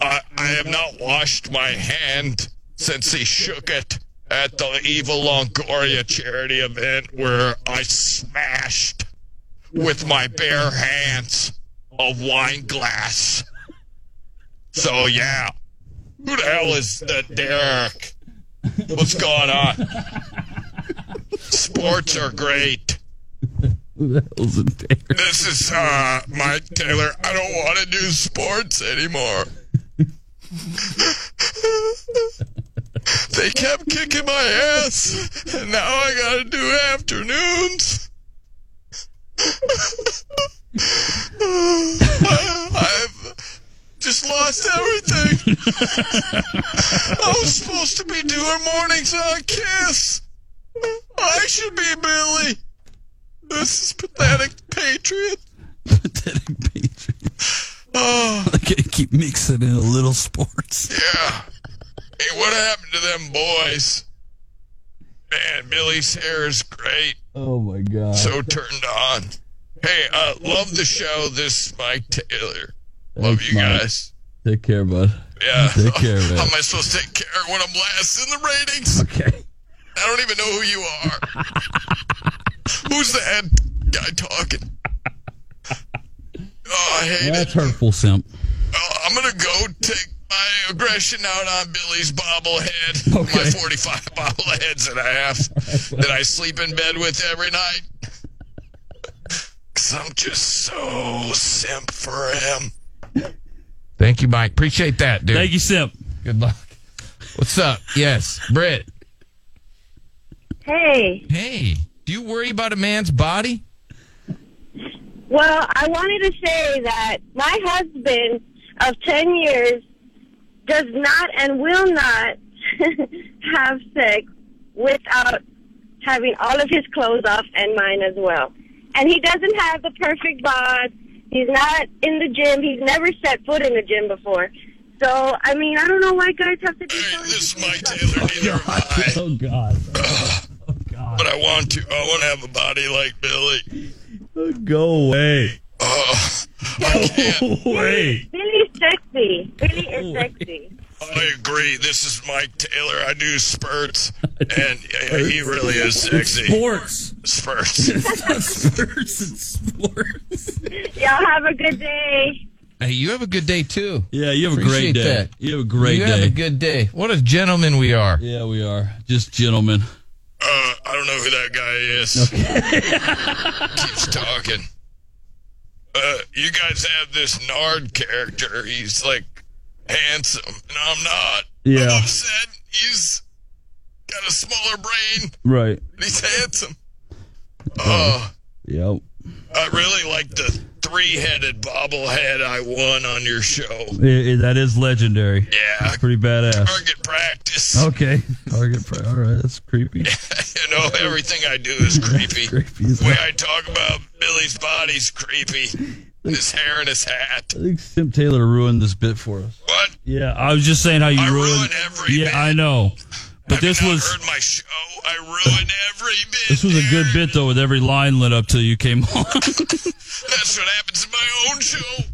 [SPEAKER 10] I, I have not washed my hand since he shook it at the Evil Longoria charity event where I smashed with my bare hands a wine glass. So, Oh, yeah. Who the hell is that Derek? What's going on? Sports are great. This is uh, Mike Taylor. I don't want to do sports anymore. they kept kicking my ass, and now I got to do afternoons. I, I've just lost everything. I was supposed to be doing mornings on Kiss. I should be Billy. This is pathetic patriot. Oh,
[SPEAKER 11] I gotta keep mixing in a little sports.
[SPEAKER 10] Yeah. Hey, what happened to them boys? Man, Billy's hair is great.
[SPEAKER 11] Oh my god.
[SPEAKER 10] So turned on. Hey, uh, love the show. This is Mike Taylor. Love
[SPEAKER 11] Thanks,
[SPEAKER 10] you
[SPEAKER 11] Mike.
[SPEAKER 10] guys.
[SPEAKER 11] Take care, bud.
[SPEAKER 10] Yeah.
[SPEAKER 11] Take care, man.
[SPEAKER 10] uh, How am I supposed to take care when I'm last in the ratings?
[SPEAKER 11] Okay.
[SPEAKER 10] I don't even know who you are. Who's the head guy talking? Oh, I hate it.
[SPEAKER 11] That's hurtful, simp.
[SPEAKER 10] Oh, I'm gonna go take my aggression out on Billy's bobblehead, my 45 bobbleheads that I have that I sleep in bed with every night. Cause I'm just so simp for him.
[SPEAKER 2] Thank you, Mike. Appreciate that, dude.
[SPEAKER 4] Thank you, Simp.
[SPEAKER 2] Good luck. What's up? Yes, Britt.
[SPEAKER 12] Hey.
[SPEAKER 2] Hey, do you worry about a man's body?
[SPEAKER 12] Well, I wanted to say that my husband of 10 years does not and will not have sex without having all of his clothes off and mine as well. And he doesn't have the perfect bod. He's not in the gym. He's never set foot in the gym before. So, I mean, I don't know why guys have to be so
[SPEAKER 10] This is Mike Taylor, neither am I.
[SPEAKER 11] Oh god.
[SPEAKER 10] But I want to. I want to have a body like Billy.
[SPEAKER 11] Go away.
[SPEAKER 10] Oh,
[SPEAKER 11] Go away.
[SPEAKER 12] Billy's sexy. Billy is sexy.
[SPEAKER 10] I agree. This is Mike Taylor. I do spurts, and yeah, he really is sexy.
[SPEAKER 11] Sports.
[SPEAKER 10] Spurts. Uh,
[SPEAKER 11] sports and sports.
[SPEAKER 12] Y'all have a good day.
[SPEAKER 2] Hey, you have a good day too.
[SPEAKER 4] Yeah, you have a
[SPEAKER 2] Appreciate
[SPEAKER 4] great day.
[SPEAKER 2] that.
[SPEAKER 4] You have a great
[SPEAKER 2] You
[SPEAKER 4] day.
[SPEAKER 2] have a good day. What a gentleman we are.
[SPEAKER 4] yeah, we are just gentlemen.
[SPEAKER 10] Uh, I don't know who that guy is. Keeps talking. Uh, you guys have this Nard character. He's like handsome, and I'm not.
[SPEAKER 11] Yeah.
[SPEAKER 10] I'm upset. He's got a smaller brain,
[SPEAKER 11] Right.
[SPEAKER 10] and he's handsome. Oh,
[SPEAKER 11] Yep.
[SPEAKER 10] I really like the three-headed bobblehead I won on your show.
[SPEAKER 4] It- it- that is legendary.
[SPEAKER 10] Yeah.
[SPEAKER 4] It's pretty badass.
[SPEAKER 10] Target practice.
[SPEAKER 4] Okay. Target pro. All right, that's creepy.
[SPEAKER 10] You know, everything I do is creepy.
[SPEAKER 11] creepy as
[SPEAKER 10] the way I talk about Billy's body's creepy. His hair and his hat.
[SPEAKER 4] I think Sim Taylor ruined this bit for us.
[SPEAKER 10] What?
[SPEAKER 4] Yeah, I was just saying how you
[SPEAKER 10] I
[SPEAKER 4] ruined.
[SPEAKER 10] ruin every
[SPEAKER 4] yeah,
[SPEAKER 10] bit.
[SPEAKER 4] I know. But
[SPEAKER 10] Have
[SPEAKER 4] this
[SPEAKER 10] you not
[SPEAKER 4] was
[SPEAKER 10] heard my show. I ruin every bit.
[SPEAKER 4] this was a good bit though, with every line led up till you came on.
[SPEAKER 10] That's what happens in my own show.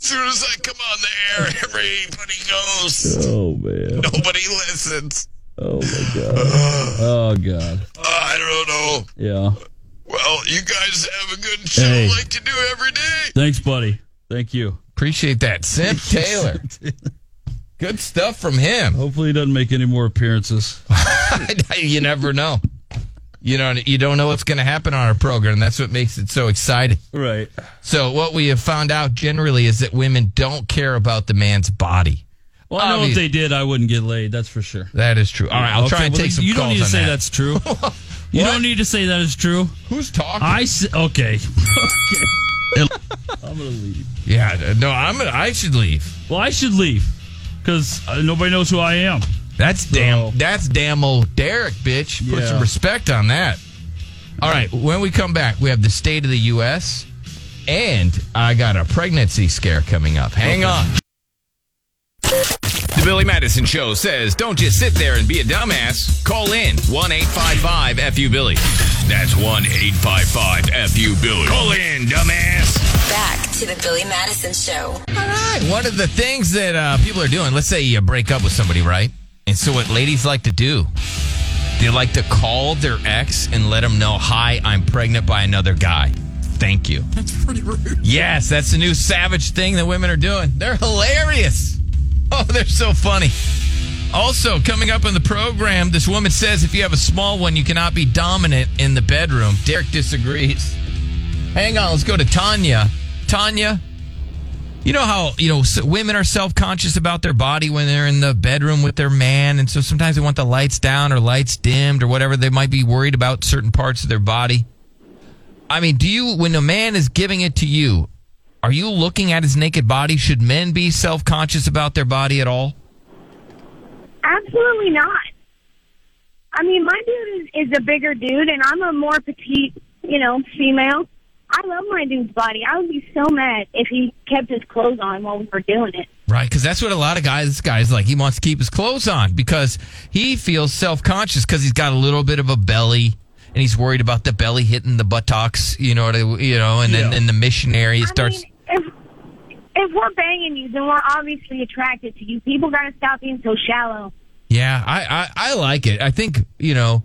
[SPEAKER 10] As soon as I come on the air, everybody goes.
[SPEAKER 11] Oh man.
[SPEAKER 10] Nobody listens.
[SPEAKER 11] Oh my god. Oh god.
[SPEAKER 10] I don't know.
[SPEAKER 11] Yeah.
[SPEAKER 10] Well, you guys have a good show
[SPEAKER 4] Hey.
[SPEAKER 10] like you do every day.
[SPEAKER 4] Thanks, buddy. Thank you.
[SPEAKER 2] Appreciate that, Simp Taylor. Good stuff from him.
[SPEAKER 4] Hopefully, he doesn't make any more appearances.
[SPEAKER 2] you never know. You know, you don't know what's going to happen on our program. That's what makes it so exciting.
[SPEAKER 4] Right.
[SPEAKER 2] So, what we have found out generally is that women don't care about the man's body.
[SPEAKER 4] Well, I know
[SPEAKER 2] Obvious-
[SPEAKER 4] if they did, I wouldn't get laid. That's for sure.
[SPEAKER 2] That is true. All right, I'll
[SPEAKER 4] Okay,
[SPEAKER 2] try and
[SPEAKER 4] well,
[SPEAKER 2] take some
[SPEAKER 4] You don't
[SPEAKER 2] calls
[SPEAKER 4] need to
[SPEAKER 2] on
[SPEAKER 4] say
[SPEAKER 2] that.
[SPEAKER 4] that's true. you don't need to say that is true.
[SPEAKER 2] Who's talking?
[SPEAKER 4] I s- okay. okay.
[SPEAKER 11] I'm gonna leave.
[SPEAKER 2] Yeah, no, I'm gonna. I should leave.
[SPEAKER 4] Well, I should leave because uh, nobody knows who I am.
[SPEAKER 2] That's damn. That's damn old Derek, bitch. Put
[SPEAKER 4] Yeah.
[SPEAKER 2] some respect on that. All right. When we come back, we have the state of the U.S. and I got a pregnancy scare coming up. Hang on.
[SPEAKER 13] The Billy Madison Show says don't just sit there and be a dumbass. Call in 1 855 FU Billy. That's 1 855 FU Billy. Call in, dumbass.
[SPEAKER 3] Back to the Billy Madison Show.
[SPEAKER 2] All right. One of the things that uh, people are doing, let's say you break up with somebody, right? And so, what ladies like to do, they like to call their ex and let them know, hi, I'm pregnant by another guy. Thank you.
[SPEAKER 8] That's pretty rude.
[SPEAKER 2] Yes, that's the new savage thing that women are doing. They're hilarious. Oh, they're so funny. Also, coming up in the program, this woman says if you have a small one, you cannot be dominant in the bedroom. Derek disagrees. Hang on, let's go to Tanya. Tanya, you know how you know s- women are self-conscious about their body when they're in the bedroom with their man, and so sometimes they want the lights down or lights dimmed or whatever. They might be worried about certain parts of their body. I mean, do you when a man is giving it to you, are you looking at his naked body? Should men be self-conscious about their body at all?
[SPEAKER 12] Absolutely not. I mean, my dude is, is a bigger dude, and I'm a more petite, you know, female. I love my dude's body. I would be so mad if he kept his clothes on while we were doing it.
[SPEAKER 2] Right, because that's what a lot of guys. This guy's like he wants to keep his clothes on because he feels self conscious because he's got a little bit of a belly and he's worried about the belly hitting the buttocks. You know, what I- you know, and then and the missionary starts.
[SPEAKER 12] If if we're banging you, then we're obviously attracted to you. People gotta stop being so shallow.
[SPEAKER 2] yeah, I, I I like it. I think you know,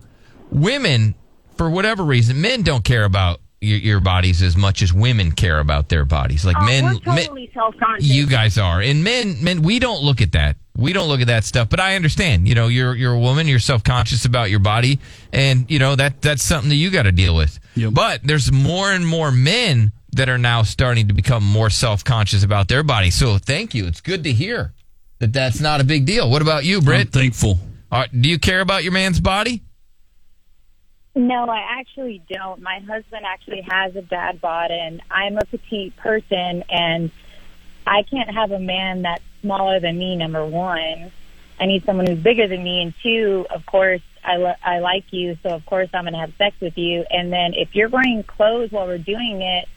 [SPEAKER 2] women for whatever reason, men don't care about your, your bodies as much as women care about their bodies. Like
[SPEAKER 12] Oh,
[SPEAKER 2] men,
[SPEAKER 12] we're
[SPEAKER 2] men-
[SPEAKER 12] totally self-conscious.
[SPEAKER 2] You guys are, and men, men, we don't look at that. We don't look at that stuff. But I understand. You know, you're you're a woman. You're self conscious about your body, and you know that that's something that you got to deal with. But there's more and more men that are now starting to become more self conscious about their body. So thank you. It's good to hear that that's not a big deal. What about you, Britt? Uh,
[SPEAKER 4] thankful.
[SPEAKER 2] do you care about your man's body?
[SPEAKER 14] No, I actually don't. My husband actually has a bad body, and I'm a petite person, and I can't have a man that's smaller than me. Number one, I need someone who's bigger than me, and two, of course, I lo- I like you, so of course I'm going to have sex with you. And then if you're wearing clothes while we're doing it,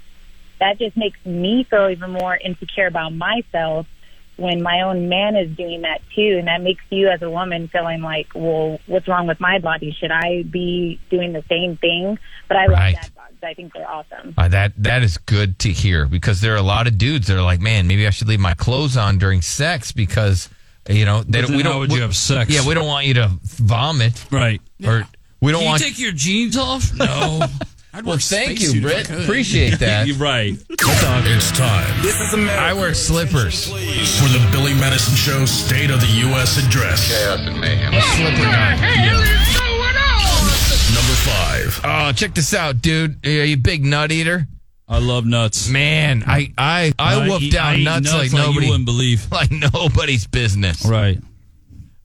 [SPEAKER 14] that just makes me feel even more insecure about myself when my own man is doing that too and that makes you as a woman feeling like well what's wrong with my body should i be doing the same thing but i
[SPEAKER 2] Right.
[SPEAKER 14] love dad bods i think they're awesome
[SPEAKER 2] Uh, that that is good to hear because there are a lot of dudes that are like, man, maybe I should leave my clothes on during sex because you know
[SPEAKER 4] But
[SPEAKER 2] they don't,
[SPEAKER 4] then
[SPEAKER 2] we don't
[SPEAKER 4] how would you
[SPEAKER 2] we-
[SPEAKER 4] have sex?
[SPEAKER 2] Yeah, we don't want you to vomit,
[SPEAKER 4] right?
[SPEAKER 2] Or we don't
[SPEAKER 4] Can
[SPEAKER 2] want.
[SPEAKER 4] you take your jeans off? No.
[SPEAKER 2] I'd well, thank you, Britt. Appreciate that.
[SPEAKER 4] You're right.
[SPEAKER 15] It's time
[SPEAKER 2] This is America. I wear slippers.
[SPEAKER 15] for the Billy Madison Show State of the U.S. Address. Chaos and mayhem. Number five.
[SPEAKER 2] Oh, check this out, dude. Are you a big nut eater?
[SPEAKER 4] I love nuts.
[SPEAKER 2] Man, I I I,
[SPEAKER 4] I
[SPEAKER 2] whoop
[SPEAKER 4] eat- I
[SPEAKER 2] down
[SPEAKER 4] eat nuts
[SPEAKER 2] nuts, like,
[SPEAKER 4] like you
[SPEAKER 2] nobody
[SPEAKER 4] wouldn't believe.
[SPEAKER 2] like nobody's business.
[SPEAKER 4] Right.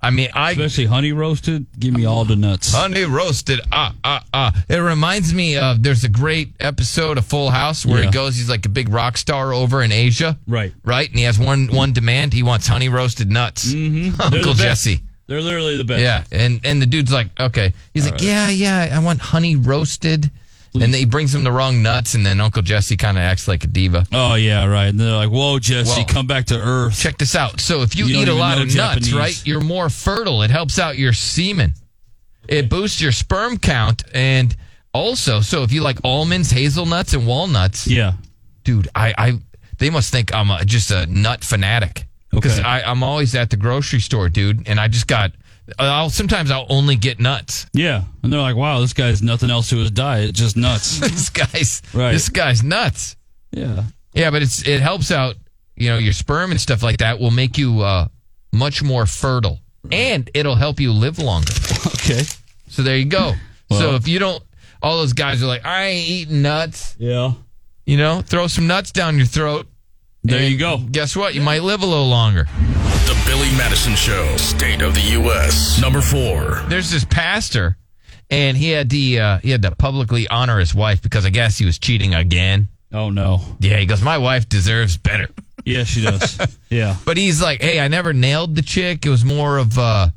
[SPEAKER 2] I mean, I
[SPEAKER 4] especially honey roasted. Give me all the nuts.
[SPEAKER 2] Honey roasted. Ah, ah, ah. It reminds me of there's a great episode of Full House where
[SPEAKER 4] Yeah.
[SPEAKER 2] he goes, he's like a big rock star over in Asia.
[SPEAKER 4] Right.
[SPEAKER 2] Right. And he has one one demand. He wants honey roasted nuts. Mm-hmm.
[SPEAKER 4] They're the
[SPEAKER 2] Uncle
[SPEAKER 4] best.
[SPEAKER 2] Jesse.
[SPEAKER 4] They're literally the best.
[SPEAKER 2] Yeah. And and the dude's like, okay. He's like, yeah, yeah, I want honey roasted. And then he brings him the wrong nuts, and then Uncle Jesse kind of acts like a diva.
[SPEAKER 4] Oh yeah, right. And they're like, "Whoa, Jesse,
[SPEAKER 2] Whoa.
[SPEAKER 4] come back to Earth."
[SPEAKER 2] Check this out. So if you,
[SPEAKER 4] You don't
[SPEAKER 2] eat a
[SPEAKER 4] even
[SPEAKER 2] lot
[SPEAKER 4] know
[SPEAKER 2] of nuts,
[SPEAKER 4] Japanese.
[SPEAKER 2] right, you're more fertile. It helps out your semen. It boosts your sperm count, and also, so if you like almonds, hazelnuts, and walnuts,
[SPEAKER 4] yeah,
[SPEAKER 2] dude, I, I they must think I'm a, just a nut fanatic because
[SPEAKER 4] Okay.
[SPEAKER 2] I'm always at the grocery store, dude, and I just got. I'll sometimes I'll only get nuts.
[SPEAKER 4] Yeah, and they're like, "Wow, this guy's nothing else to his diet, just nuts."
[SPEAKER 2] this guy's
[SPEAKER 4] right.
[SPEAKER 2] This guy's nuts.
[SPEAKER 4] Yeah.
[SPEAKER 2] Yeah, but it's it helps out. You know, your sperm and stuff like that will make you uh, much more fertile, and it'll help you live longer.
[SPEAKER 4] Okay.
[SPEAKER 2] So there you go. so
[SPEAKER 4] Well-
[SPEAKER 2] if you don't, all those guys are like, I ain't eating nuts.
[SPEAKER 4] Yeah.
[SPEAKER 2] You know, throw some nuts down your throat. There you go. Guess what? You might live a little longer.
[SPEAKER 15] The Billy Madison Show, State of the U.S. Number four.
[SPEAKER 2] There's this pastor, and he had the uh, he had to publicly honor his wife because I guess he was cheating again.
[SPEAKER 4] Oh no.
[SPEAKER 2] Yeah, he goes, my wife deserves better.
[SPEAKER 4] Yeah, she does. yeah.
[SPEAKER 2] But he's like, hey, I never nailed the chick. It was more of, uh,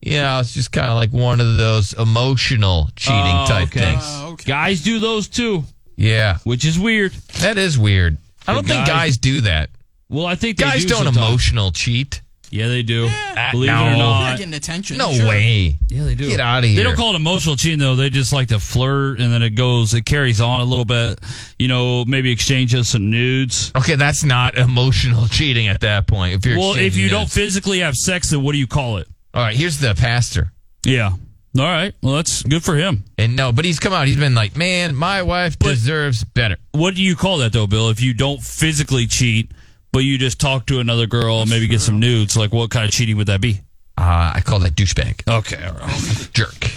[SPEAKER 2] you know, it's just kind of like one of those emotional cheating
[SPEAKER 4] Oh,
[SPEAKER 2] type
[SPEAKER 4] okay.
[SPEAKER 2] things.
[SPEAKER 4] Guys do those too.
[SPEAKER 2] Yeah,
[SPEAKER 4] which is weird.
[SPEAKER 2] That is weird. I don't think guys do that.
[SPEAKER 4] Well, I think they
[SPEAKER 2] guys
[SPEAKER 4] do
[SPEAKER 2] not
[SPEAKER 4] sometimes.
[SPEAKER 2] emotional cheat.
[SPEAKER 4] Yeah, they do. Believe
[SPEAKER 2] no.
[SPEAKER 4] it or
[SPEAKER 8] You're not
[SPEAKER 4] not.
[SPEAKER 8] getting attention.
[SPEAKER 2] No
[SPEAKER 8] sure.
[SPEAKER 2] way.
[SPEAKER 4] Yeah, they do.
[SPEAKER 2] Get out of here.
[SPEAKER 4] They don't call it emotional cheating though. They just like to flirt, and then it goes. It carries on a little bit. You know, maybe exchange us some nudes.
[SPEAKER 2] Okay, that's not emotional cheating at that point. If you're
[SPEAKER 4] well, if
[SPEAKER 2] exchanging
[SPEAKER 4] you don't
[SPEAKER 2] nudes.
[SPEAKER 4] physically have sex, then what do you call it?
[SPEAKER 2] All right, here's the pastor.
[SPEAKER 4] Yeah. All right. Well, that's good for him.
[SPEAKER 2] And no, but he's come out. He's been like, man, my wife deserves better.
[SPEAKER 4] What do you call that though, Bill? If you don't physically cheat, but you just talk to another girl and maybe get some nudes, like what kind of cheating would that be?
[SPEAKER 2] Uh, I call that douchebag.
[SPEAKER 4] Okay. All right.
[SPEAKER 2] Jerk.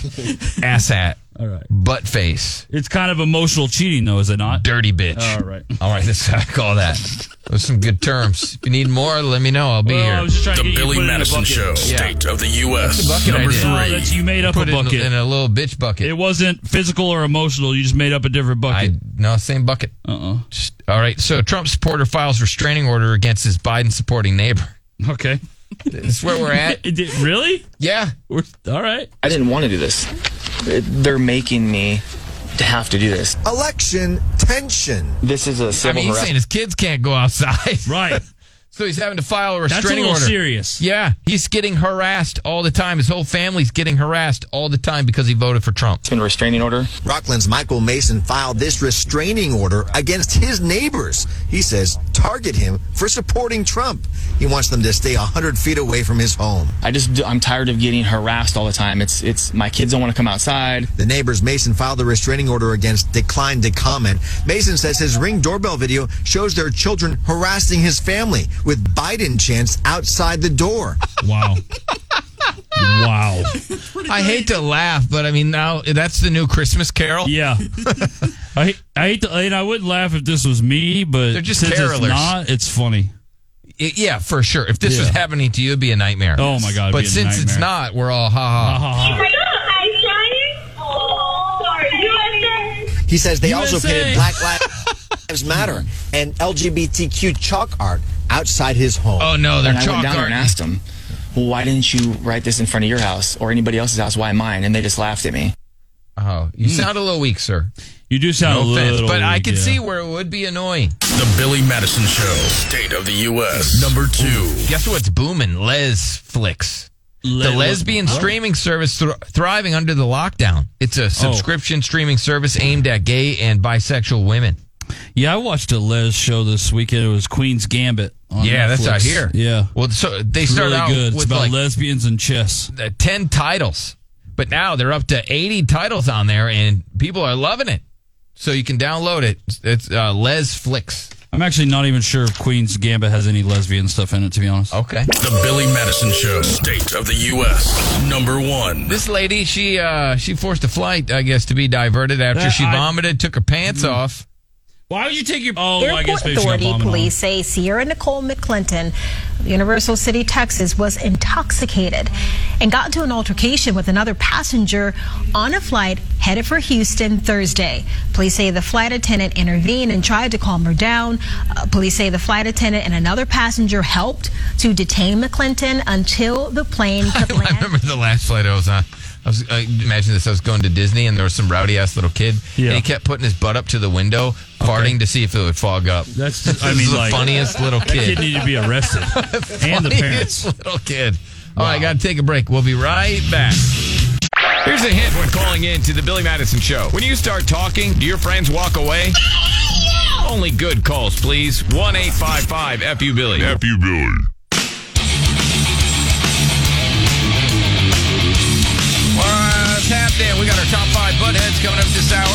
[SPEAKER 2] Asshat.
[SPEAKER 4] All right.
[SPEAKER 2] Butt face.
[SPEAKER 4] It's kind of emotional cheating though, is it not?
[SPEAKER 2] Dirty bitch.
[SPEAKER 4] All right.
[SPEAKER 2] All right, that's how I call that. Those are some good terms. If you need more, let me know. I'll be
[SPEAKER 4] Well, I
[SPEAKER 2] here.
[SPEAKER 4] was just trying to
[SPEAKER 15] The
[SPEAKER 4] get you
[SPEAKER 15] Billy
[SPEAKER 4] put it in a
[SPEAKER 15] Madison
[SPEAKER 4] bucket.
[SPEAKER 15] Show,
[SPEAKER 4] Yeah.
[SPEAKER 15] State of the
[SPEAKER 2] That's a
[SPEAKER 15] U.S.
[SPEAKER 2] bucket
[SPEAKER 15] Number
[SPEAKER 2] idea.
[SPEAKER 4] No,
[SPEAKER 15] three.
[SPEAKER 4] that's, you made up
[SPEAKER 2] Put
[SPEAKER 4] a
[SPEAKER 2] it in-
[SPEAKER 4] bucket.
[SPEAKER 2] in a little bitch bucket.
[SPEAKER 4] It wasn't physical or emotional. You just made up a different bucket.
[SPEAKER 2] No, same bucket.
[SPEAKER 4] Uh oh.
[SPEAKER 2] All right. So Trump supporter files restraining order against his Biden supporting neighbor.
[SPEAKER 4] Okay.
[SPEAKER 2] That's where we're at.
[SPEAKER 4] It did- really?
[SPEAKER 2] Yeah.
[SPEAKER 4] We're, all right.
[SPEAKER 16] I didn't want to do this. They're making me to have to do this.
[SPEAKER 17] Election tension.
[SPEAKER 16] This is a
[SPEAKER 2] I
[SPEAKER 16] civil
[SPEAKER 2] mean, he's saying his kids can't go outside.
[SPEAKER 4] Right.
[SPEAKER 2] So he's having to file a
[SPEAKER 4] That's a
[SPEAKER 2] restraining
[SPEAKER 4] little
[SPEAKER 2] order.
[SPEAKER 4] serious.
[SPEAKER 2] Yeah, he's getting harassed all the time. His whole family's getting harassed all the time because he voted for Trump.
[SPEAKER 16] harassment restraining order.
[SPEAKER 17] Rockland's Michael Mason filed this restraining order against his neighbors. He says target him for supporting Trump. He wants them to stay 100 feet away from his home.
[SPEAKER 16] I just do- I'm tired of getting harassed all the time. It's it's my kids don't want to come outside.
[SPEAKER 17] The neighbors Mason filed the restraining order against declined to comment. Mason says his ring doorbell video shows their children harassing his family with Biden chants outside the door.
[SPEAKER 4] Wow. wow.
[SPEAKER 2] I hate to laugh, but I mean now that's the new Christmas Carol.
[SPEAKER 4] Yeah. I I hate to, and I wouldn't laugh if this was me, but
[SPEAKER 2] They're just
[SPEAKER 4] since it's
[SPEAKER 2] carolers.
[SPEAKER 4] not, it's funny.
[SPEAKER 2] I- yeah, for sure. If this was
[SPEAKER 4] Yeah.
[SPEAKER 2] happening to you, it'd be a nightmare.
[SPEAKER 4] Oh, my God, it'd
[SPEAKER 2] But
[SPEAKER 4] be a
[SPEAKER 2] since it's
[SPEAKER 4] nightmare.
[SPEAKER 2] not, we're all ha ha.
[SPEAKER 17] He says they also
[SPEAKER 4] USA.
[SPEAKER 17] painted Black Lives Matter and LGBTQ chalk art outside his home.
[SPEAKER 2] Oh no, they're
[SPEAKER 16] and I went
[SPEAKER 2] chalk
[SPEAKER 16] down there and
[SPEAKER 2] art.
[SPEAKER 16] asked them, "Well, why didn't you write this in front of your house or anybody else's house? Why mine?" And they just laughed at me.
[SPEAKER 2] Oh, you sound a little weak, sir.
[SPEAKER 4] You do sound
[SPEAKER 2] No
[SPEAKER 4] Mm. a little,
[SPEAKER 2] offense, but I
[SPEAKER 4] weak,
[SPEAKER 2] can
[SPEAKER 4] yeah.
[SPEAKER 2] see where it would be annoying.
[SPEAKER 15] The Billy Madison Show, State of the U.S. Number two.
[SPEAKER 2] Guess what's booming? Les flicks.
[SPEAKER 4] Le-
[SPEAKER 2] the lesbian
[SPEAKER 4] what? Oh.
[SPEAKER 2] streaming service thr thriving under the lockdown. It's a subscription streaming service aimed at gay and bisexual women.
[SPEAKER 4] Yeah, I watched a Les show this weekend. It was Queen's Gambit. On
[SPEAKER 2] yeah, that's
[SPEAKER 4] Netflix.
[SPEAKER 2] out here.
[SPEAKER 4] Yeah.
[SPEAKER 2] Well, so they
[SPEAKER 4] It's
[SPEAKER 2] start
[SPEAKER 4] really
[SPEAKER 2] out
[SPEAKER 4] good. It's
[SPEAKER 2] with
[SPEAKER 4] about
[SPEAKER 2] like
[SPEAKER 4] lesbians and chess.
[SPEAKER 2] uh, 10 titles, but now they're up to 80 titles on there and people are loving it. So you can download it. It's uh, Les Flicks.
[SPEAKER 4] I'm actually not even sure if Queen's Gambit has any lesbian stuff in it, to be honest.
[SPEAKER 2] Okay.
[SPEAKER 15] The Billy Madison Show, State of the U.S. Number one.
[SPEAKER 2] This lady, she uh, she forced a flight, I guess, to be diverted after
[SPEAKER 4] Uh,
[SPEAKER 2] she
[SPEAKER 4] I-
[SPEAKER 2] vomited, took her pants off.
[SPEAKER 4] Why would you take your? Oh, I
[SPEAKER 18] Airport
[SPEAKER 4] guess maybe she got
[SPEAKER 18] Authority
[SPEAKER 4] bombing on.
[SPEAKER 18] police say Sierra Nicole McClinton, Universal City, Texas, was intoxicated and got into an altercation with another passenger on a flight headed for Houston Thursday. Police say the flight attendant intervened and tried to calm her down. Uh, police say the flight attendant and another passenger helped to detain McClinton until the plane could
[SPEAKER 2] I remember the last flight I was on. I was I imagine this. I was going to Disney, and there was some rowdy ass little kid,
[SPEAKER 4] Yeah.
[SPEAKER 2] and he kept putting his butt up to the window, farting to see if it would fog up.
[SPEAKER 4] That's I
[SPEAKER 2] This is
[SPEAKER 4] mean,
[SPEAKER 2] the
[SPEAKER 4] like
[SPEAKER 2] funniest little
[SPEAKER 4] that kid
[SPEAKER 2] kid.
[SPEAKER 4] needed to be arrested, and the
[SPEAKER 2] Funniest
[SPEAKER 4] parents.
[SPEAKER 2] little kid. All right, got to take a break. We'll be right back.
[SPEAKER 13] Here's a hint when calling in to the Billy Madison Show. When you start talking, do your friends walk away? Only good calls, please. 1 855 FU Billy. FU Billy.
[SPEAKER 2] What's happening? We got our top five butt heads coming up this hour.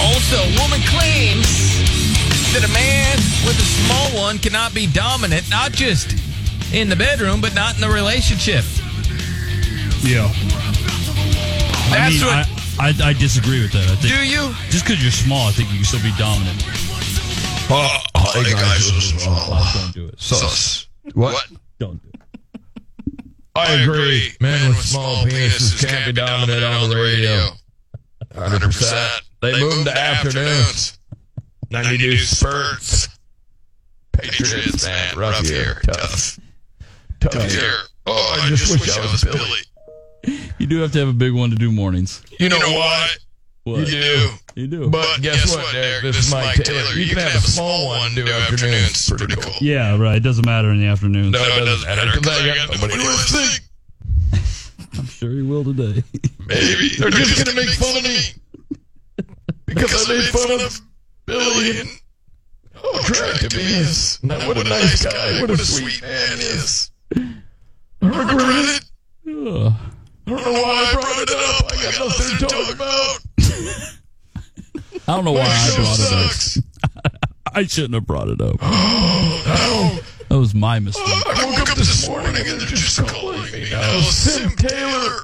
[SPEAKER 2] Also, a woman claims that a man with a small one cannot be dominant, not just in the bedroom, but not in the relationship.
[SPEAKER 4] Yeah. I
[SPEAKER 2] That's
[SPEAKER 4] mean,
[SPEAKER 2] what-
[SPEAKER 4] I, I, I disagree with that. I think.
[SPEAKER 2] Do you?
[SPEAKER 4] Just because you're small, I think you can still be dominant.
[SPEAKER 10] Oh, hey guys, listen.
[SPEAKER 4] Don't do it.
[SPEAKER 10] Sus.
[SPEAKER 4] What?
[SPEAKER 10] Don't
[SPEAKER 4] do
[SPEAKER 10] it. I agree. Men, with small penises can't be dominant on the radio. 100%. They, move in the afternoons. 90 new spurts. Patriots, man. Rough here. Tough. Tough here. Oh, I just wish I was Billy.
[SPEAKER 4] You do have to have a big one to do mornings.
[SPEAKER 10] You know what?
[SPEAKER 4] What?
[SPEAKER 10] You do.
[SPEAKER 4] You do.
[SPEAKER 10] But, guess, what, Derek? This is Mike Taylor. You, can have a small one do afternoons. Pretty cool.
[SPEAKER 4] Yeah, right. It doesn't matter in the afternoon.
[SPEAKER 10] No, it doesn't matter. 'cause I got nobody listening.
[SPEAKER 4] I'm sure you will today.
[SPEAKER 10] Maybe they're just gonna make fun of me because I made fun of Billy and how attractive he is. Now, what a nice guy! What a sweet man he is. I regret it. I don't know why I brought it up. I got nothing to talk about.
[SPEAKER 4] I don't know why
[SPEAKER 10] My
[SPEAKER 4] I
[SPEAKER 10] show
[SPEAKER 4] brought it up. I shouldn't have brought it up.
[SPEAKER 10] Oh,
[SPEAKER 4] That was my mistake.
[SPEAKER 10] I woke up this morning and they're just calling me. Now, Sim Taylor.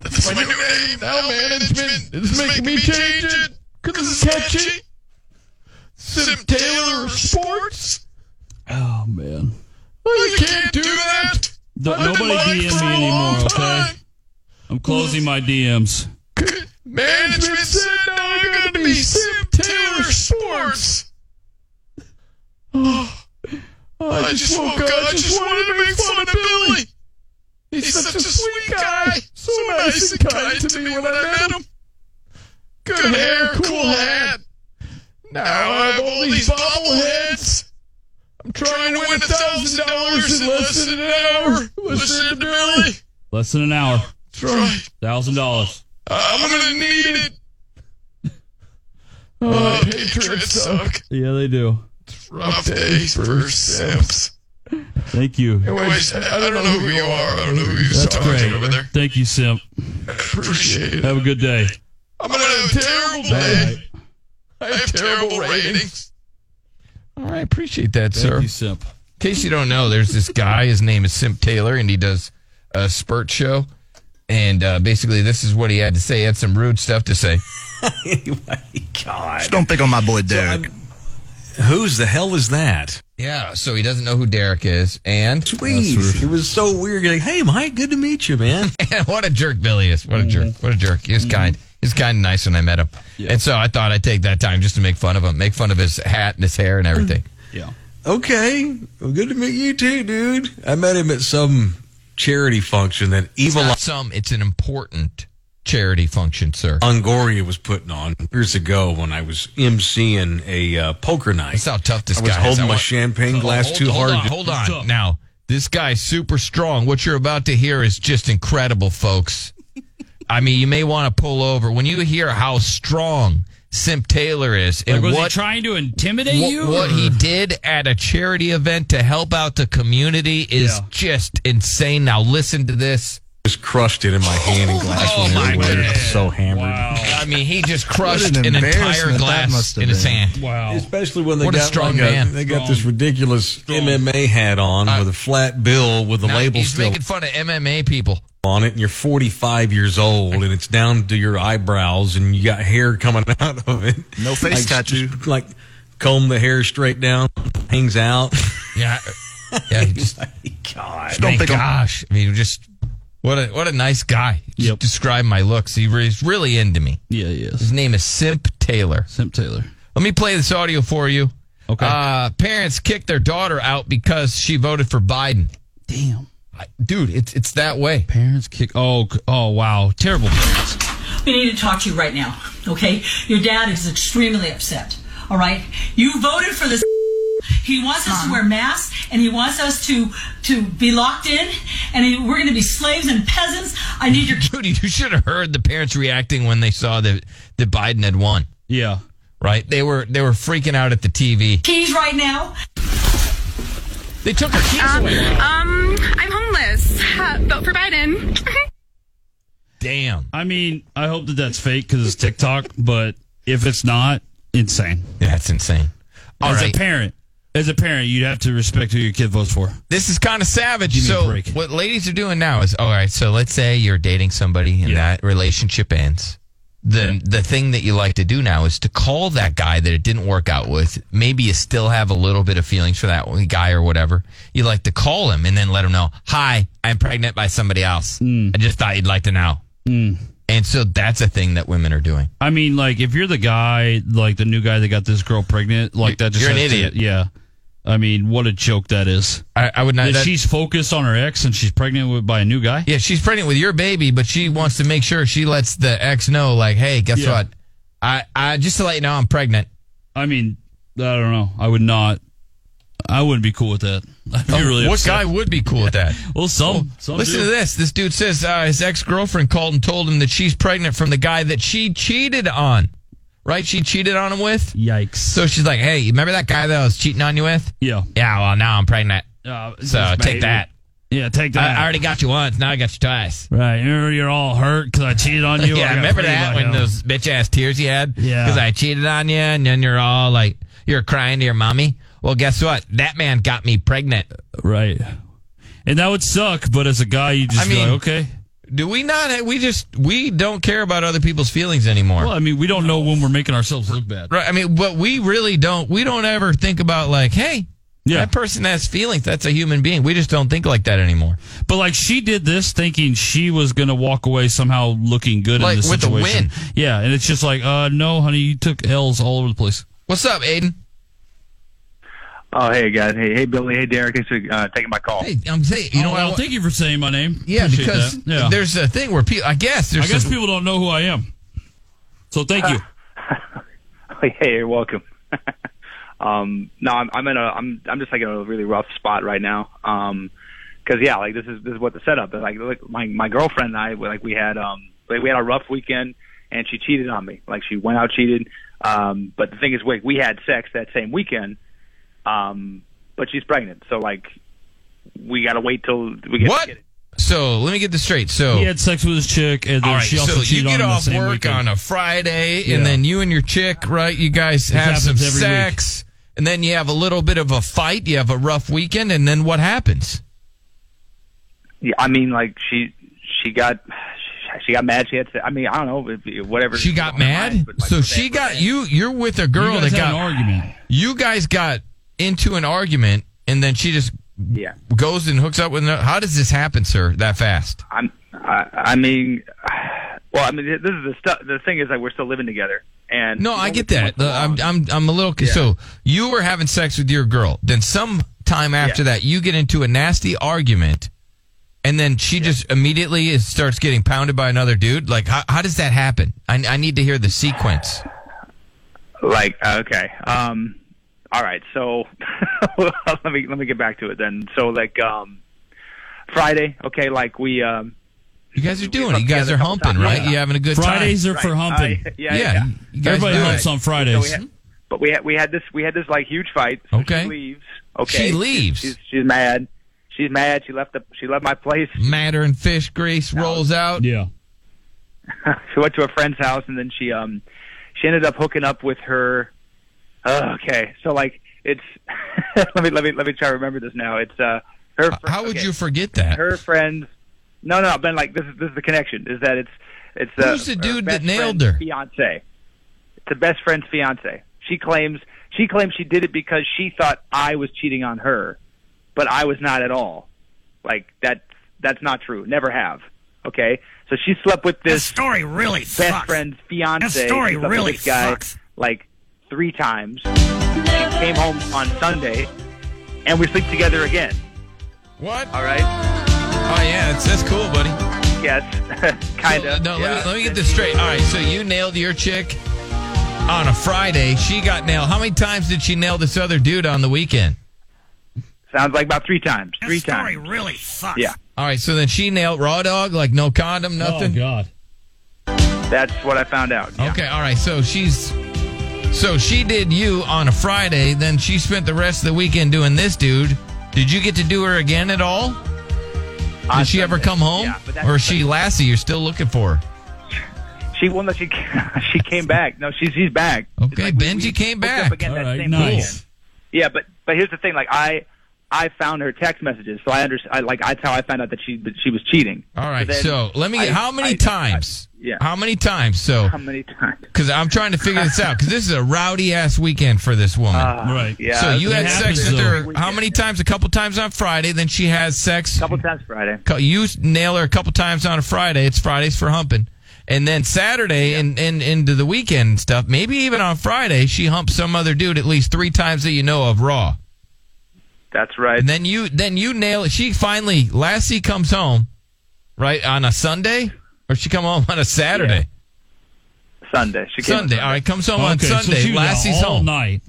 [SPEAKER 10] That's my new name. Now, management is making me change it because it's catchy. Sim Taylor Sports.
[SPEAKER 4] Oh man.
[SPEAKER 10] Well, you can't do that.
[SPEAKER 4] Don't,
[SPEAKER 10] I've been
[SPEAKER 4] nobody
[SPEAKER 10] lying
[SPEAKER 4] DM
[SPEAKER 10] for a
[SPEAKER 4] me anymore,
[SPEAKER 10] long
[SPEAKER 4] okay?
[SPEAKER 10] time.
[SPEAKER 4] I'm closing my DMs.
[SPEAKER 10] Management said now you're going to be Sim Taylor Sports. Oh, I just woke up. I just wanted to make fun of Billy. He's such a sweet guy. So nice and kind to me when I met him. Good hair, cool hat. Now I have all these bobbleheads. I'm trying to win a thousand dollars in less than an hour. Listen to Billy.
[SPEAKER 4] Less than an hour.
[SPEAKER 10] right.
[SPEAKER 4] Thousand dollars.
[SPEAKER 10] I'm gonna need it. Oh, Patriots suck.
[SPEAKER 4] Yeah, they do.
[SPEAKER 10] Rough days for Sims.
[SPEAKER 4] Thank you.
[SPEAKER 10] Anyways, I don't know who you are. I don't know who you're
[SPEAKER 4] That's
[SPEAKER 10] talking
[SPEAKER 4] great.
[SPEAKER 10] over there.
[SPEAKER 4] Thank you, Simp.
[SPEAKER 10] Appreciate it.
[SPEAKER 4] Have a good day.
[SPEAKER 10] I'm gonna have a terrible day. I have terrible ratings.
[SPEAKER 2] All right, appreciate that,
[SPEAKER 4] Thank
[SPEAKER 2] sir.
[SPEAKER 4] you, Simp.
[SPEAKER 2] In case you don't know, there's this guy. His name is Simp Taylor, and he does a spurt show. And uh, basically, this is what he had to say. He had some rude stuff to say.
[SPEAKER 6] God. Just don't pick on my boy Derek.
[SPEAKER 2] Who's the hell is that? Yeah, so he doesn't know who Derek is, and uh,
[SPEAKER 5] Please. It was so weird. You're like, hey, Mike, good to meet you, man.
[SPEAKER 2] what a jerk Billy is. What a jerk.
[SPEAKER 10] Mm-hmm.
[SPEAKER 2] What a jerk. He was kind. He was kind and nice when I met him. And so I thought I'd take that time just to make fun of him, make fun of his hat and his hair and everything.
[SPEAKER 4] Yeah.
[SPEAKER 5] Okay. Well, good to meet you too, dude. I met him at some charity function that Evil
[SPEAKER 2] not some, it's an important charity function, sir.
[SPEAKER 5] Longoria was putting on years ago when I was emceeing a uh, poker night. That's
[SPEAKER 2] how tough this
[SPEAKER 5] I was
[SPEAKER 2] guy is.
[SPEAKER 5] holding
[SPEAKER 2] I
[SPEAKER 5] my
[SPEAKER 2] want-
[SPEAKER 5] champagne
[SPEAKER 2] Oh,
[SPEAKER 5] glass
[SPEAKER 2] hold-
[SPEAKER 5] too
[SPEAKER 2] hold
[SPEAKER 5] hard.
[SPEAKER 2] on, hold on. Now, this guy's super strong. What you're about to hear is just incredible, folks. I mean, you may want to pull over when you hear how strong Simp Taylor is and
[SPEAKER 4] Like, was he
[SPEAKER 2] what
[SPEAKER 4] trying to intimidate
[SPEAKER 2] what,
[SPEAKER 4] you?
[SPEAKER 2] what
[SPEAKER 4] or-
[SPEAKER 2] he did at a charity event to help out the community is
[SPEAKER 4] Yeah.
[SPEAKER 2] just insane. Now listen to this.
[SPEAKER 5] Just crushed it in my hand and glass
[SPEAKER 2] Oh
[SPEAKER 5] went
[SPEAKER 2] my
[SPEAKER 5] everywhere.
[SPEAKER 2] God.
[SPEAKER 5] So hammered.
[SPEAKER 2] I mean, he just
[SPEAKER 5] What
[SPEAKER 2] crushed
[SPEAKER 5] an
[SPEAKER 2] an, entire
[SPEAKER 5] embarrassment that
[SPEAKER 2] glass
[SPEAKER 5] must
[SPEAKER 2] in
[SPEAKER 5] have
[SPEAKER 2] his
[SPEAKER 5] been.
[SPEAKER 2] hand.
[SPEAKER 4] Wow.
[SPEAKER 5] Especially when they
[SPEAKER 2] What a
[SPEAKER 5] got
[SPEAKER 2] strong
[SPEAKER 5] like, a-
[SPEAKER 2] man.
[SPEAKER 5] they got this ridiculous MMA hat on with a flat bill with the
[SPEAKER 2] Now
[SPEAKER 5] label
[SPEAKER 2] he's
[SPEAKER 5] still
[SPEAKER 2] making fun of MMA people.
[SPEAKER 5] on it, and you're 45 years old, and it's down to your eyebrows, and you got hair coming out of it.
[SPEAKER 6] No face tattoo.
[SPEAKER 5] just, Like comb the hair straight down, hangs out.
[SPEAKER 2] Yeah. Yeah. Just,
[SPEAKER 5] God,
[SPEAKER 2] my gosh. I mean, just what a what a nice guy. Just Describe my looks. He re- he's really into me.
[SPEAKER 4] Yeah, he is.
[SPEAKER 2] His name is Simp Taylor.
[SPEAKER 4] Simp Taylor.
[SPEAKER 2] Let me play this audio for you.
[SPEAKER 4] Okay.
[SPEAKER 2] Uh, parents kicked their daughter out because she voted for Biden.
[SPEAKER 4] Damn.
[SPEAKER 2] I, dude, it's it's that way.
[SPEAKER 4] Parents kick. Oh, c- oh, wow. Terrible parents.
[SPEAKER 19] We need to talk to you right now, okay? Your dad is extremely upset, all right? You voted for this. He wants us to wear masks, and he wants us to to be locked in, and he, we're going to be slaves and peasants. I need your
[SPEAKER 2] Dude, you should have heard the parents reacting when they saw that that Biden had won.
[SPEAKER 4] Yeah.
[SPEAKER 2] Right? They were they were freaking out at the TV.
[SPEAKER 19] keys right now.
[SPEAKER 2] They took her keys away.
[SPEAKER 20] Um, I'm homeless. Ha, vote for Biden.
[SPEAKER 2] Damn.
[SPEAKER 4] I mean, I hope that that's fake because it's TikTok, but if it's not, insane.
[SPEAKER 2] Yeah, it's insane. All
[SPEAKER 4] As
[SPEAKER 2] right.
[SPEAKER 4] a parent, as a parent, you'd have to respect who your kid votes for.
[SPEAKER 2] This is kind of savage.
[SPEAKER 4] Give me a
[SPEAKER 2] So
[SPEAKER 4] break.
[SPEAKER 2] what ladies are doing now is all right. So let's say you're dating somebody and that relationship ends. The the thing that you like to do now is to call that guy that it didn't work out with. Maybe you still have a little bit of feelings for that guy or whatever. You like to call him and then let him know, "Hi, I'm pregnant by somebody else.
[SPEAKER 4] Mm.
[SPEAKER 2] I just thought you'd like to know." And so that's a thing that women are doing.
[SPEAKER 4] I mean, like if you're the guy, like the new guy that got this girl pregnant, like that. Just
[SPEAKER 2] You're an
[SPEAKER 4] has to-
[SPEAKER 2] idiot.
[SPEAKER 4] yeah. I mean, what a joke that is.
[SPEAKER 2] I, I would not-
[SPEAKER 4] That
[SPEAKER 2] that-
[SPEAKER 4] she's focused on her ex and she's pregnant with, by a new guy.
[SPEAKER 2] Yeah, she's pregnant with your baby, but she wants to make sure she lets the ex know, like, "Hey, guess
[SPEAKER 4] Yeah.
[SPEAKER 2] what? I, I just to let you know, I'm pregnant."
[SPEAKER 4] I mean, I don't know. I would not. I wouldn't be cool with that. I'd be
[SPEAKER 2] Oh,
[SPEAKER 4] really
[SPEAKER 2] what
[SPEAKER 4] upset.
[SPEAKER 2] guy would be cool with that?
[SPEAKER 4] well, some. some
[SPEAKER 2] Listen
[SPEAKER 4] do.
[SPEAKER 2] to this. This dude says uh, his ex girlfriend called and told him that she's pregnant from the guy that she cheated on. Right? She cheated on him with?
[SPEAKER 4] Yikes.
[SPEAKER 2] So she's like, hey, you remember that guy that I was cheating on you with?
[SPEAKER 4] Yeah.
[SPEAKER 2] Yeah, well, now I'm pregnant.
[SPEAKER 4] Uh,
[SPEAKER 2] so
[SPEAKER 4] just
[SPEAKER 2] take
[SPEAKER 4] maybe.
[SPEAKER 2] that.
[SPEAKER 4] Yeah, take that.
[SPEAKER 2] I, I already got you once. Now I got you twice.
[SPEAKER 4] Right. You're, you're all hurt because I cheated on you.
[SPEAKER 2] yeah,
[SPEAKER 4] got
[SPEAKER 2] remember
[SPEAKER 4] pretty
[SPEAKER 2] that
[SPEAKER 4] by
[SPEAKER 2] when
[SPEAKER 4] him.
[SPEAKER 2] those bitch ass tears you had?
[SPEAKER 4] Yeah.
[SPEAKER 2] Because I cheated on you, and then you're all like, you're crying to your mommy. Well, guess what? That man got me pregnant.
[SPEAKER 4] Right. And that would suck, but as a guy, you just
[SPEAKER 2] I
[SPEAKER 4] be
[SPEAKER 2] mean,
[SPEAKER 4] like, okay.
[SPEAKER 2] Do we not? We just we don't care about other people's feelings anymore.
[SPEAKER 4] Well, I mean, we don't know when we're making ourselves look bad.
[SPEAKER 2] Right. I mean, but we really don't. We don't ever think about like, hey,
[SPEAKER 4] Yeah.
[SPEAKER 2] that person has feelings. That's a human being. We just don't think like that anymore.
[SPEAKER 4] But like she did this thinking she was going to walk away somehow looking good in
[SPEAKER 2] Like,
[SPEAKER 4] this
[SPEAKER 2] with a
[SPEAKER 4] situation.
[SPEAKER 2] win.
[SPEAKER 4] Yeah, and it's just like, uh, no, honey, you took L's all over the place.
[SPEAKER 2] What's up, Aiden?
[SPEAKER 21] Oh, hey guys. Hey, hey Billy. Hey Derek. Thanks for uh, taking my call.
[SPEAKER 2] Hey, I'm saying, you know,
[SPEAKER 4] oh,
[SPEAKER 2] what I
[SPEAKER 4] well,
[SPEAKER 2] wa-
[SPEAKER 4] thank you for saying my name.
[SPEAKER 2] yeah,
[SPEAKER 4] Appreciate
[SPEAKER 2] because
[SPEAKER 4] that. yeah.
[SPEAKER 2] there's a thing where people. I guess
[SPEAKER 4] I
[SPEAKER 2] there's.
[SPEAKER 4] guess
[SPEAKER 2] some- Uh,
[SPEAKER 4] people don't know who I am. So thank you.
[SPEAKER 21] hey, you're welcome. um, no, I'm, I'm in a. I'm I'm just like in a really rough spot right now. Um 'cause yeah, like this is this is what the setup is. Like, like my my girlfriend and I, we- like we had um like we had a rough weekend, and she cheated on me. Like she went out cheated. Um, but the thing is, we we had sex that same weekend. Um, but she's pregnant, so like we gotta wait till we get
[SPEAKER 2] What? So let me get this straight. So
[SPEAKER 4] He had sex with his chick, and then
[SPEAKER 2] oh. All right,
[SPEAKER 4] she also
[SPEAKER 2] so you
[SPEAKER 4] cheated
[SPEAKER 2] get
[SPEAKER 4] on him
[SPEAKER 2] off
[SPEAKER 4] the same
[SPEAKER 2] work
[SPEAKER 4] weekend.
[SPEAKER 2] on a Friday,
[SPEAKER 4] Yeah.
[SPEAKER 2] and then you and your chick, right? You guys
[SPEAKER 4] This
[SPEAKER 2] have some
[SPEAKER 4] happens every
[SPEAKER 2] sex, and then you have a little bit of a fight. You have a rough weekend, and then what happens?
[SPEAKER 21] Yeah, I mean, like she she got she got mad. She had to. I mean, I don't know if- if- whatever.
[SPEAKER 2] She got mad. So she got you. You're with a girl
[SPEAKER 21] guys
[SPEAKER 2] that
[SPEAKER 21] had
[SPEAKER 2] got
[SPEAKER 21] an
[SPEAKER 4] argument.
[SPEAKER 2] You guys got into an argument, and then she just
[SPEAKER 21] yeah
[SPEAKER 2] goes and hooks up with. Another. How does this happen, sir? That fast?
[SPEAKER 21] I'm. I, I mean, well, I mean, this is the stuff. The thing is, like, we're still living together, and
[SPEAKER 2] No, I get that. Uh, I'm, I'm, I'm a little. So you were having sex with your girl. Then sometime after that, you get into a nasty argument, and then she just immediately is, starts getting pounded by another dude. Like, how, how does that happen? I, I need to hear the sequence.
[SPEAKER 21] Like, okay. Um, all right. So let me let me get back to it then. So like, um, Friday. Okay, like we. Um,
[SPEAKER 2] You guys are doing it. You guys are humping, right? You're having a good
[SPEAKER 4] Fridays
[SPEAKER 2] time.
[SPEAKER 4] are for humping.
[SPEAKER 21] Uh, yeah, yeah, yeah.
[SPEAKER 4] you guys Everybody do humps it. on Fridays.
[SPEAKER 21] So we had- but we had we had this we had this like huge fight. So
[SPEAKER 2] Okay.
[SPEAKER 21] She leaves. Okay.
[SPEAKER 2] She leaves.
[SPEAKER 21] She's, she's, she's mad. She's mad. She left the she left my place.
[SPEAKER 2] Matter and fish grease rolls out.
[SPEAKER 4] Yeah.
[SPEAKER 21] she went to a friend's house and then she um she ended up hooking up with her uh, okay so like it's let me let me let me try to remember this now it's uh her fr-
[SPEAKER 2] How would you forget that?
[SPEAKER 21] her friends no no but like this is this is the connection is that it's it's uh,
[SPEAKER 2] Who's the
[SPEAKER 21] her
[SPEAKER 2] dude
[SPEAKER 21] best
[SPEAKER 2] that nailed
[SPEAKER 21] friend's
[SPEAKER 2] her?
[SPEAKER 21] fiance it's a best friend's fiance she claims she claims she did it because she thought I was cheating on her but I was not at all like that that's not true never have okay so she slept with this
[SPEAKER 22] story really
[SPEAKER 21] best
[SPEAKER 22] sucks.
[SPEAKER 21] friend's fiance.
[SPEAKER 22] That story
[SPEAKER 21] She slept with
[SPEAKER 22] really
[SPEAKER 21] this guy,
[SPEAKER 22] sucks.
[SPEAKER 21] Like three times. And came home on Sunday, and we sleep together again.
[SPEAKER 2] What?
[SPEAKER 21] All right.
[SPEAKER 2] Oh yeah, that's, that's cool, buddy.
[SPEAKER 21] Yes, kinda.
[SPEAKER 2] No,
[SPEAKER 21] yeah.
[SPEAKER 2] let, me, let me get this straight. All right, so you nailed your chick on a Friday. She got nailed. How many times did she nail this other dude on the weekend?
[SPEAKER 21] Sounds like about three times. Three
[SPEAKER 22] Story
[SPEAKER 21] times.
[SPEAKER 22] really sucks.
[SPEAKER 21] Yeah,
[SPEAKER 2] All right, so then she nailed raw dog, like no condom, nothing.
[SPEAKER 4] Oh, God.
[SPEAKER 21] that's what I found out.
[SPEAKER 2] Okay, all right. So she's so she did you on a Friday, then she spent the rest of the weekend doing this dude. Did you get to do her again at all? Did
[SPEAKER 21] On
[SPEAKER 2] she ever
[SPEAKER 21] Sunday.
[SPEAKER 2] come home,
[SPEAKER 21] Yeah, but that's
[SPEAKER 2] or is she Lassie? You're still looking for her?
[SPEAKER 21] She well, no, she she came back. No, she's she's back.
[SPEAKER 2] Okay, Benji came
[SPEAKER 21] hooked up
[SPEAKER 2] back.
[SPEAKER 21] again that same
[SPEAKER 4] nice.
[SPEAKER 21] weekend. Yeah, but but here's the thing. Like I, I found her text messages, so I understand. I, like I how I found out that she that she was cheating.
[SPEAKER 2] All right,
[SPEAKER 21] But then
[SPEAKER 2] so let me.
[SPEAKER 21] I-
[SPEAKER 2] how many
[SPEAKER 21] I-
[SPEAKER 2] times?
[SPEAKER 21] yeah.
[SPEAKER 2] How many times? So.
[SPEAKER 21] How many times?
[SPEAKER 2] Because I'm trying to figure this out. Because this is a rowdy ass weekend for this woman.
[SPEAKER 21] Right. yeah,
[SPEAKER 2] So you
[SPEAKER 21] it
[SPEAKER 2] had
[SPEAKER 21] happens,
[SPEAKER 2] sex with
[SPEAKER 21] though.
[SPEAKER 2] her how many times? A couple times on Friday. Then she has sex. A couple
[SPEAKER 21] times Friday.
[SPEAKER 2] You nail her a couple times on a Friday. It's Fridays for humping. And then Saturday and, and into the weekend and stuff. Maybe even on Friday, she humps some other dude at least three times that you know of raw.
[SPEAKER 21] That's right.
[SPEAKER 2] And then you then you nail it. She finally Lassie comes home, right on a Sunday, or she come home on a Saturday.
[SPEAKER 21] Sunday. She came
[SPEAKER 2] Sunday.
[SPEAKER 21] on
[SPEAKER 2] All right, comes home on
[SPEAKER 4] Okay, so
[SPEAKER 2] Sunday.
[SPEAKER 4] she was out
[SPEAKER 2] Lassie's
[SPEAKER 4] all
[SPEAKER 2] home
[SPEAKER 4] night.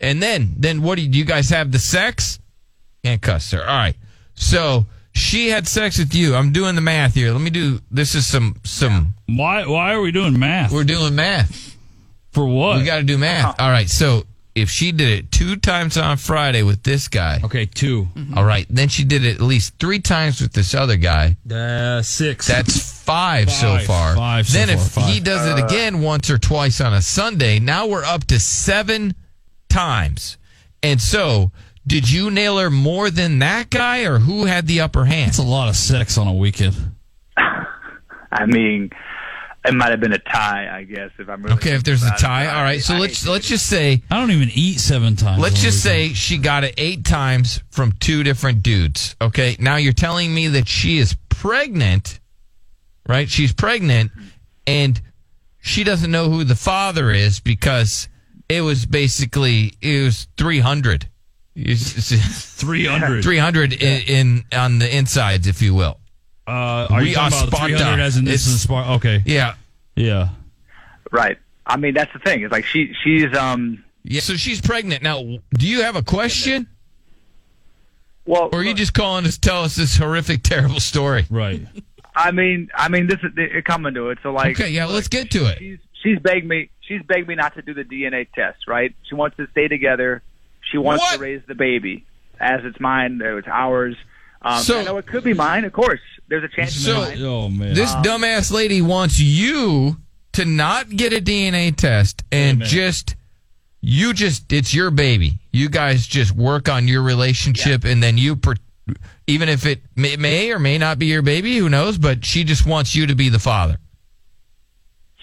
[SPEAKER 2] and then then what do you, do you guys have the sex? Can't cuss her. All right, so she had sex with you. I'm doing the math here. Let me do. This is some some.
[SPEAKER 4] Why why are we doing math?
[SPEAKER 2] We're doing math
[SPEAKER 4] for what?
[SPEAKER 2] We got to do math. All right, so if she did it two times on Friday with this guy, Mm-hmm.
[SPEAKER 4] okay, 2
[SPEAKER 2] All right, then she did it at least three times with this other guy.
[SPEAKER 4] Uh, six.
[SPEAKER 2] That's five, so
[SPEAKER 4] Five.
[SPEAKER 2] far.
[SPEAKER 4] Five so
[SPEAKER 2] Then if
[SPEAKER 4] far. Five.
[SPEAKER 2] he does it
[SPEAKER 4] Uh,
[SPEAKER 2] again once or twice on a Sunday, now we're up to seven times. And so, did you nail her more than that guy, or who had the upper hand? That's
[SPEAKER 4] a lot of sex on a weekend.
[SPEAKER 21] I mean, it might have been a tie, I guess, if I'm really
[SPEAKER 2] Okay, if there's a
[SPEAKER 21] thinking about
[SPEAKER 2] tie,
[SPEAKER 21] it.
[SPEAKER 2] all right. So let's let's just say
[SPEAKER 4] I don't even eat seven times.
[SPEAKER 2] Let's just say she got it eight times from two different dudes. Okay, now you're telling me that she is pregnant, right? She's pregnant, and she doesn't know who the father is because it was basically it was three hundred.
[SPEAKER 4] 300.
[SPEAKER 2] 300 in, in on the insides, if you will.
[SPEAKER 4] Uh, are you talking about 300 as in this is Sparta? Okay.
[SPEAKER 2] Yeah.
[SPEAKER 4] Yeah.
[SPEAKER 21] Right. I mean, that's the thing. It's like she she's um
[SPEAKER 2] Yeah, so she's pregnant now. Do you have a question?
[SPEAKER 21] Well,
[SPEAKER 2] or are you just calling us tell us this horrific, terrible story?
[SPEAKER 4] Right.
[SPEAKER 21] I mean, I mean, this is it coming to it. So like,
[SPEAKER 2] okay, yeah, let's get to it.
[SPEAKER 21] she's begged me. She's begged me not to do the DNA test. Right? She wants to stay together. She wants
[SPEAKER 2] What?
[SPEAKER 21] to raise the baby as it's mine. It's ours. Um,
[SPEAKER 2] So-
[SPEAKER 21] I know it could be mine. Of course, there's a chance.
[SPEAKER 2] So-
[SPEAKER 21] it's mine.
[SPEAKER 4] Oh man.
[SPEAKER 2] This dumbass lady wants you to not get a DNA test and just you just it's your baby. You guys just work on your relationship and then you per, even if it may, may or may not be your baby, who knows, but she just wants you to be the father.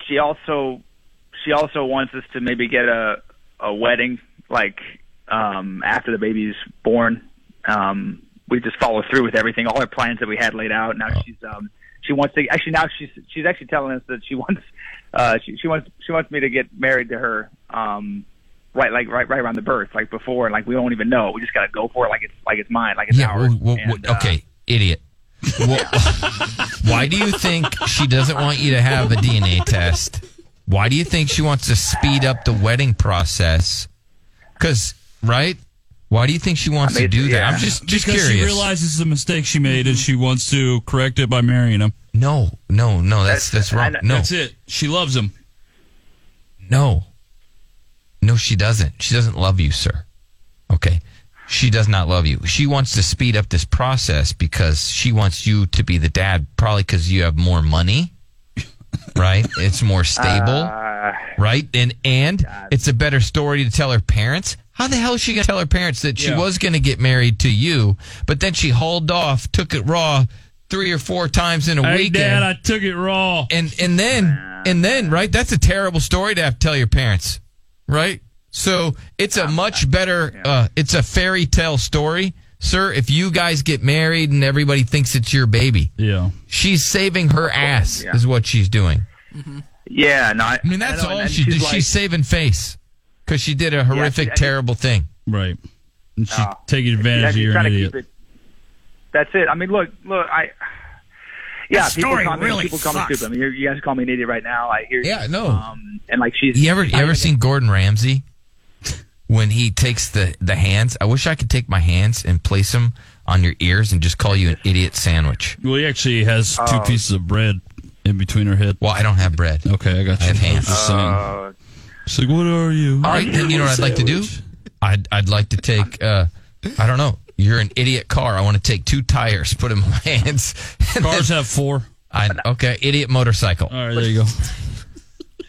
[SPEAKER 21] she also she also wants us to maybe get a a wedding like um after the baby's born um we just follow through with everything all our plans that we had laid out
[SPEAKER 2] Oh.
[SPEAKER 21] now she's um she wants to actually now she's she's actually telling us that she wants uh she, she wants she wants me to get married to her um right like right right around the birth like before and like we don't even know we just got to go for it like it's like it's mine like it's
[SPEAKER 2] Yeah,
[SPEAKER 21] ours
[SPEAKER 2] well, well, well,
[SPEAKER 21] And, uh,
[SPEAKER 2] okay, idiot. Well, why do you think she doesn't want you to have a DNA test? Why do you think she wants to speed up the wedding process? Because, right? Why do you think she wants to do that? I'm just just
[SPEAKER 4] because
[SPEAKER 2] curious.
[SPEAKER 4] she realizes it's a mistake she made and she wants to correct it by marrying him.
[SPEAKER 2] No, no, no. That's that's wrong. No,
[SPEAKER 4] That's it. She loves him.
[SPEAKER 2] no, no. She doesn't. She doesn't love you, sir. Okay, she does not love you. She wants to speed up this process because she wants you to be the dad, probably because you have more money, right? It's more stable,
[SPEAKER 4] Uh,
[SPEAKER 2] right? And and it's a better story to tell her parents. How the hell is she gonna tell her parents that she
[SPEAKER 4] Yeah.
[SPEAKER 2] was gonna get married to you, but then she hauled off, took it raw three or four times in a
[SPEAKER 4] Hey,
[SPEAKER 2] weekend?
[SPEAKER 4] Dad, I took it raw.
[SPEAKER 2] and and then and then right that's a terrible story to have to tell your parents right so it's a much better uh it's a fairy tale story sir if you guys get married and everybody thinks it's your baby
[SPEAKER 4] yeah
[SPEAKER 2] she's saving her ass is what she's doing
[SPEAKER 21] yeah no i,
[SPEAKER 2] i mean that's
[SPEAKER 21] know, and-
[SPEAKER 2] all
[SPEAKER 21] and
[SPEAKER 2] she did
[SPEAKER 21] like-
[SPEAKER 2] she's saving face because she did a horrific terrible thing
[SPEAKER 4] right and she's taking
[SPEAKER 21] Yeah,
[SPEAKER 4] advantage of
[SPEAKER 21] just
[SPEAKER 4] your
[SPEAKER 21] Oh. trying to
[SPEAKER 4] idiot.
[SPEAKER 21] keep it- That's it. I mean, look, look, I. Yeah,
[SPEAKER 2] That
[SPEAKER 21] people
[SPEAKER 2] story
[SPEAKER 21] call me,
[SPEAKER 2] really
[SPEAKER 21] people call
[SPEAKER 2] sucks.
[SPEAKER 21] me stupid. I mean, you- you guys call me an idiot right now. I hear.
[SPEAKER 2] Yeah,
[SPEAKER 21] you.
[SPEAKER 2] no.
[SPEAKER 21] Um, and like she's.
[SPEAKER 2] You ever you ever seen Gordon Ramsay when he takes the the hands? I wish I could take my hands and place them on your ears and just call you an idiot sandwich.
[SPEAKER 4] Well, he actually has two
[SPEAKER 2] Oh.
[SPEAKER 4] pieces of bread in between her head.
[SPEAKER 2] Well, I don't have bread.
[SPEAKER 4] Okay, I got you.
[SPEAKER 2] I have hands.
[SPEAKER 4] Just saying.
[SPEAKER 21] Oh.
[SPEAKER 4] She's like, what are you?
[SPEAKER 2] All right, then you know what I'd like to do? I'd I'd like to take uh I don't know. You're an idiot car. I want to take two tires, put them in my hands. Cars
[SPEAKER 4] have four.
[SPEAKER 2] I, okay,
[SPEAKER 21] Uh,
[SPEAKER 2] idiot motorcycle.
[SPEAKER 4] All right, there you go.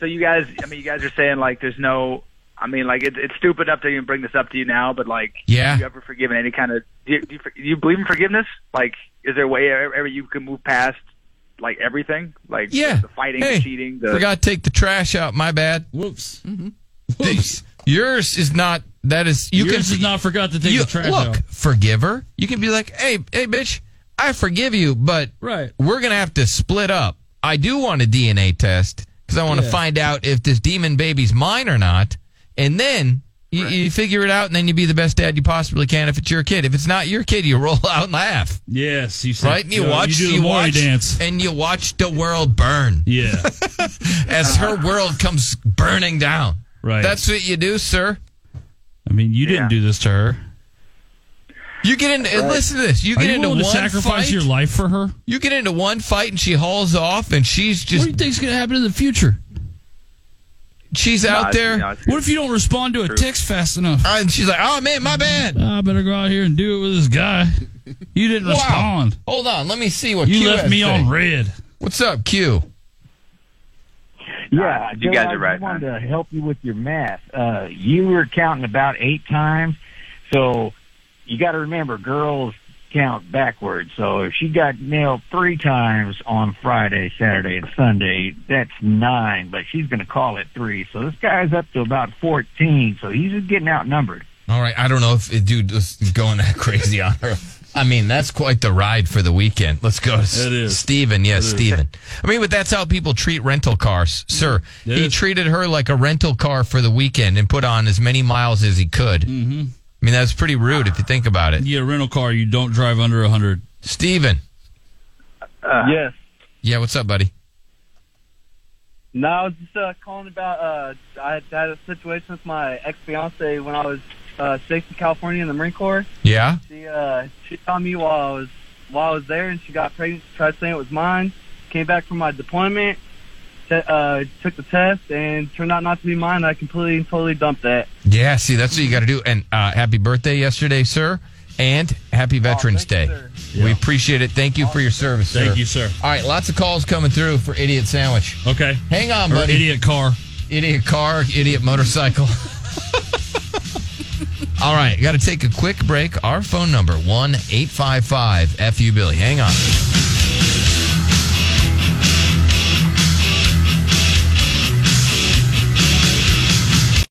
[SPEAKER 21] So you guys, I mean, you guys are saying like there's no I mean, like it, it's stupid enough to even bring this up to you now, but like,
[SPEAKER 2] Yeah.
[SPEAKER 21] have you ever forgiven any kind of? Do you, do you, do you believe in forgiveness? Like, is there a way ever ever you can move past like everything? Like,
[SPEAKER 2] Yeah.
[SPEAKER 21] the fighting,
[SPEAKER 2] Hey,
[SPEAKER 21] the cheating, the
[SPEAKER 2] Forgot to take the trash out. My bad. Whoops. Whoops. Yours is not. That is. You
[SPEAKER 4] Yours
[SPEAKER 2] can.
[SPEAKER 4] is not forgot to take
[SPEAKER 2] you-
[SPEAKER 4] the trash
[SPEAKER 2] look,
[SPEAKER 4] out.
[SPEAKER 2] forgive her. You can be like, hey, hey, bitch, I forgive you, but right. we're gonna have to split up. I do want a DNA test because I want to
[SPEAKER 7] Yeah.
[SPEAKER 2] find out if this demon baby's mine or not, and then. You, you figure it out, and then you be the best dad you possibly can. If it's your kid, if it's not your kid, you roll out and laugh.
[SPEAKER 4] Yes, you said,
[SPEAKER 2] Right? And you
[SPEAKER 4] know,
[SPEAKER 2] watch,
[SPEAKER 4] You do
[SPEAKER 2] you,
[SPEAKER 4] the Maury
[SPEAKER 2] watch,
[SPEAKER 4] dance.
[SPEAKER 2] and you watch the world burn.
[SPEAKER 4] Yeah,
[SPEAKER 2] as her world comes burning down.
[SPEAKER 4] Right.
[SPEAKER 2] That's what you do, sir.
[SPEAKER 4] I mean, you didn't do this to her.
[SPEAKER 2] You get into and
[SPEAKER 4] Right.
[SPEAKER 2] listen to this. You
[SPEAKER 4] Are
[SPEAKER 2] get
[SPEAKER 4] you
[SPEAKER 2] into
[SPEAKER 4] willing
[SPEAKER 2] one
[SPEAKER 4] to sacrifice
[SPEAKER 2] fight.
[SPEAKER 4] your life for her.
[SPEAKER 2] you get into one fight and she hauls off, and she's just. What do you think's going to happen in the future? She's
[SPEAKER 4] Nah,
[SPEAKER 2] out
[SPEAKER 4] it's-
[SPEAKER 2] there.
[SPEAKER 4] yeah, it's What if you don't respond to a true. text
[SPEAKER 2] fast enough? And she's like, "Oh man, my bad.
[SPEAKER 4] I better go out here and do it with this guy. You didn't
[SPEAKER 2] Wow.
[SPEAKER 4] respond.
[SPEAKER 2] Hold on, let me see what
[SPEAKER 4] You
[SPEAKER 2] Q
[SPEAKER 4] left
[SPEAKER 2] has
[SPEAKER 4] me
[SPEAKER 2] to
[SPEAKER 4] on
[SPEAKER 2] say.
[SPEAKER 4] red.
[SPEAKER 2] What's up, Q?
[SPEAKER 22] Yeah,
[SPEAKER 21] Uh, you guys are
[SPEAKER 22] I
[SPEAKER 21] right,
[SPEAKER 22] just wanted to help you with your math. Uh, you were counting about eight times, so you got to remember girls count backwards. So if she got nailed three times on Friday, Saturday, and Sunday, that's nine. But she's going to call it three. So this guy's up to about fourteen. So he's just getting outnumbered.
[SPEAKER 2] All right, I don't know if it, dude was going that crazy on her. I mean, that's quite the ride for the weekend. Let's go to
[SPEAKER 4] It is.
[SPEAKER 2] Steven. Yes,
[SPEAKER 4] It is.
[SPEAKER 2] Steven. I mean, but that's how people treat rental cars, sir. He treated her like a rental car for the weekend and put on as many miles as he could. Mm-hmm. I mean, that's pretty rude if you think about it.
[SPEAKER 4] Yeah, rental car. You don't drive under hundred.
[SPEAKER 2] Steven.
[SPEAKER 23] yes.
[SPEAKER 2] Yeah, what's up, buddy?
[SPEAKER 23] No, I was just uh, calling about. Uh, I had a situation with my ex fiance when I was uh, stationed in California in the Marine Corps.
[SPEAKER 2] Yeah.
[SPEAKER 23] She uh, she saw me while I was while I was there, and she got pregnant. She tried saying it was mine. Came back from my deployment, t- uh, took the test, and turned out not to be mine. I completely and totally dumped that.
[SPEAKER 2] Yeah, see, that's what you got to do. And uh, happy birthday yesterday, sir. And
[SPEAKER 4] Oh,
[SPEAKER 2] happy Veterans Day. We appreciate it. Thank you for your service, sir.
[SPEAKER 4] Thank you, sir.
[SPEAKER 2] All right, lots of calls coming through for Idiot Sandwich.
[SPEAKER 4] Okay.
[SPEAKER 2] Hang on,
[SPEAKER 4] Or
[SPEAKER 2] buddy.
[SPEAKER 4] idiot car.
[SPEAKER 2] Idiot car, idiot motorcycle. All right, got to take a quick break. Our phone number, 1 855 FU Billy. Hang on.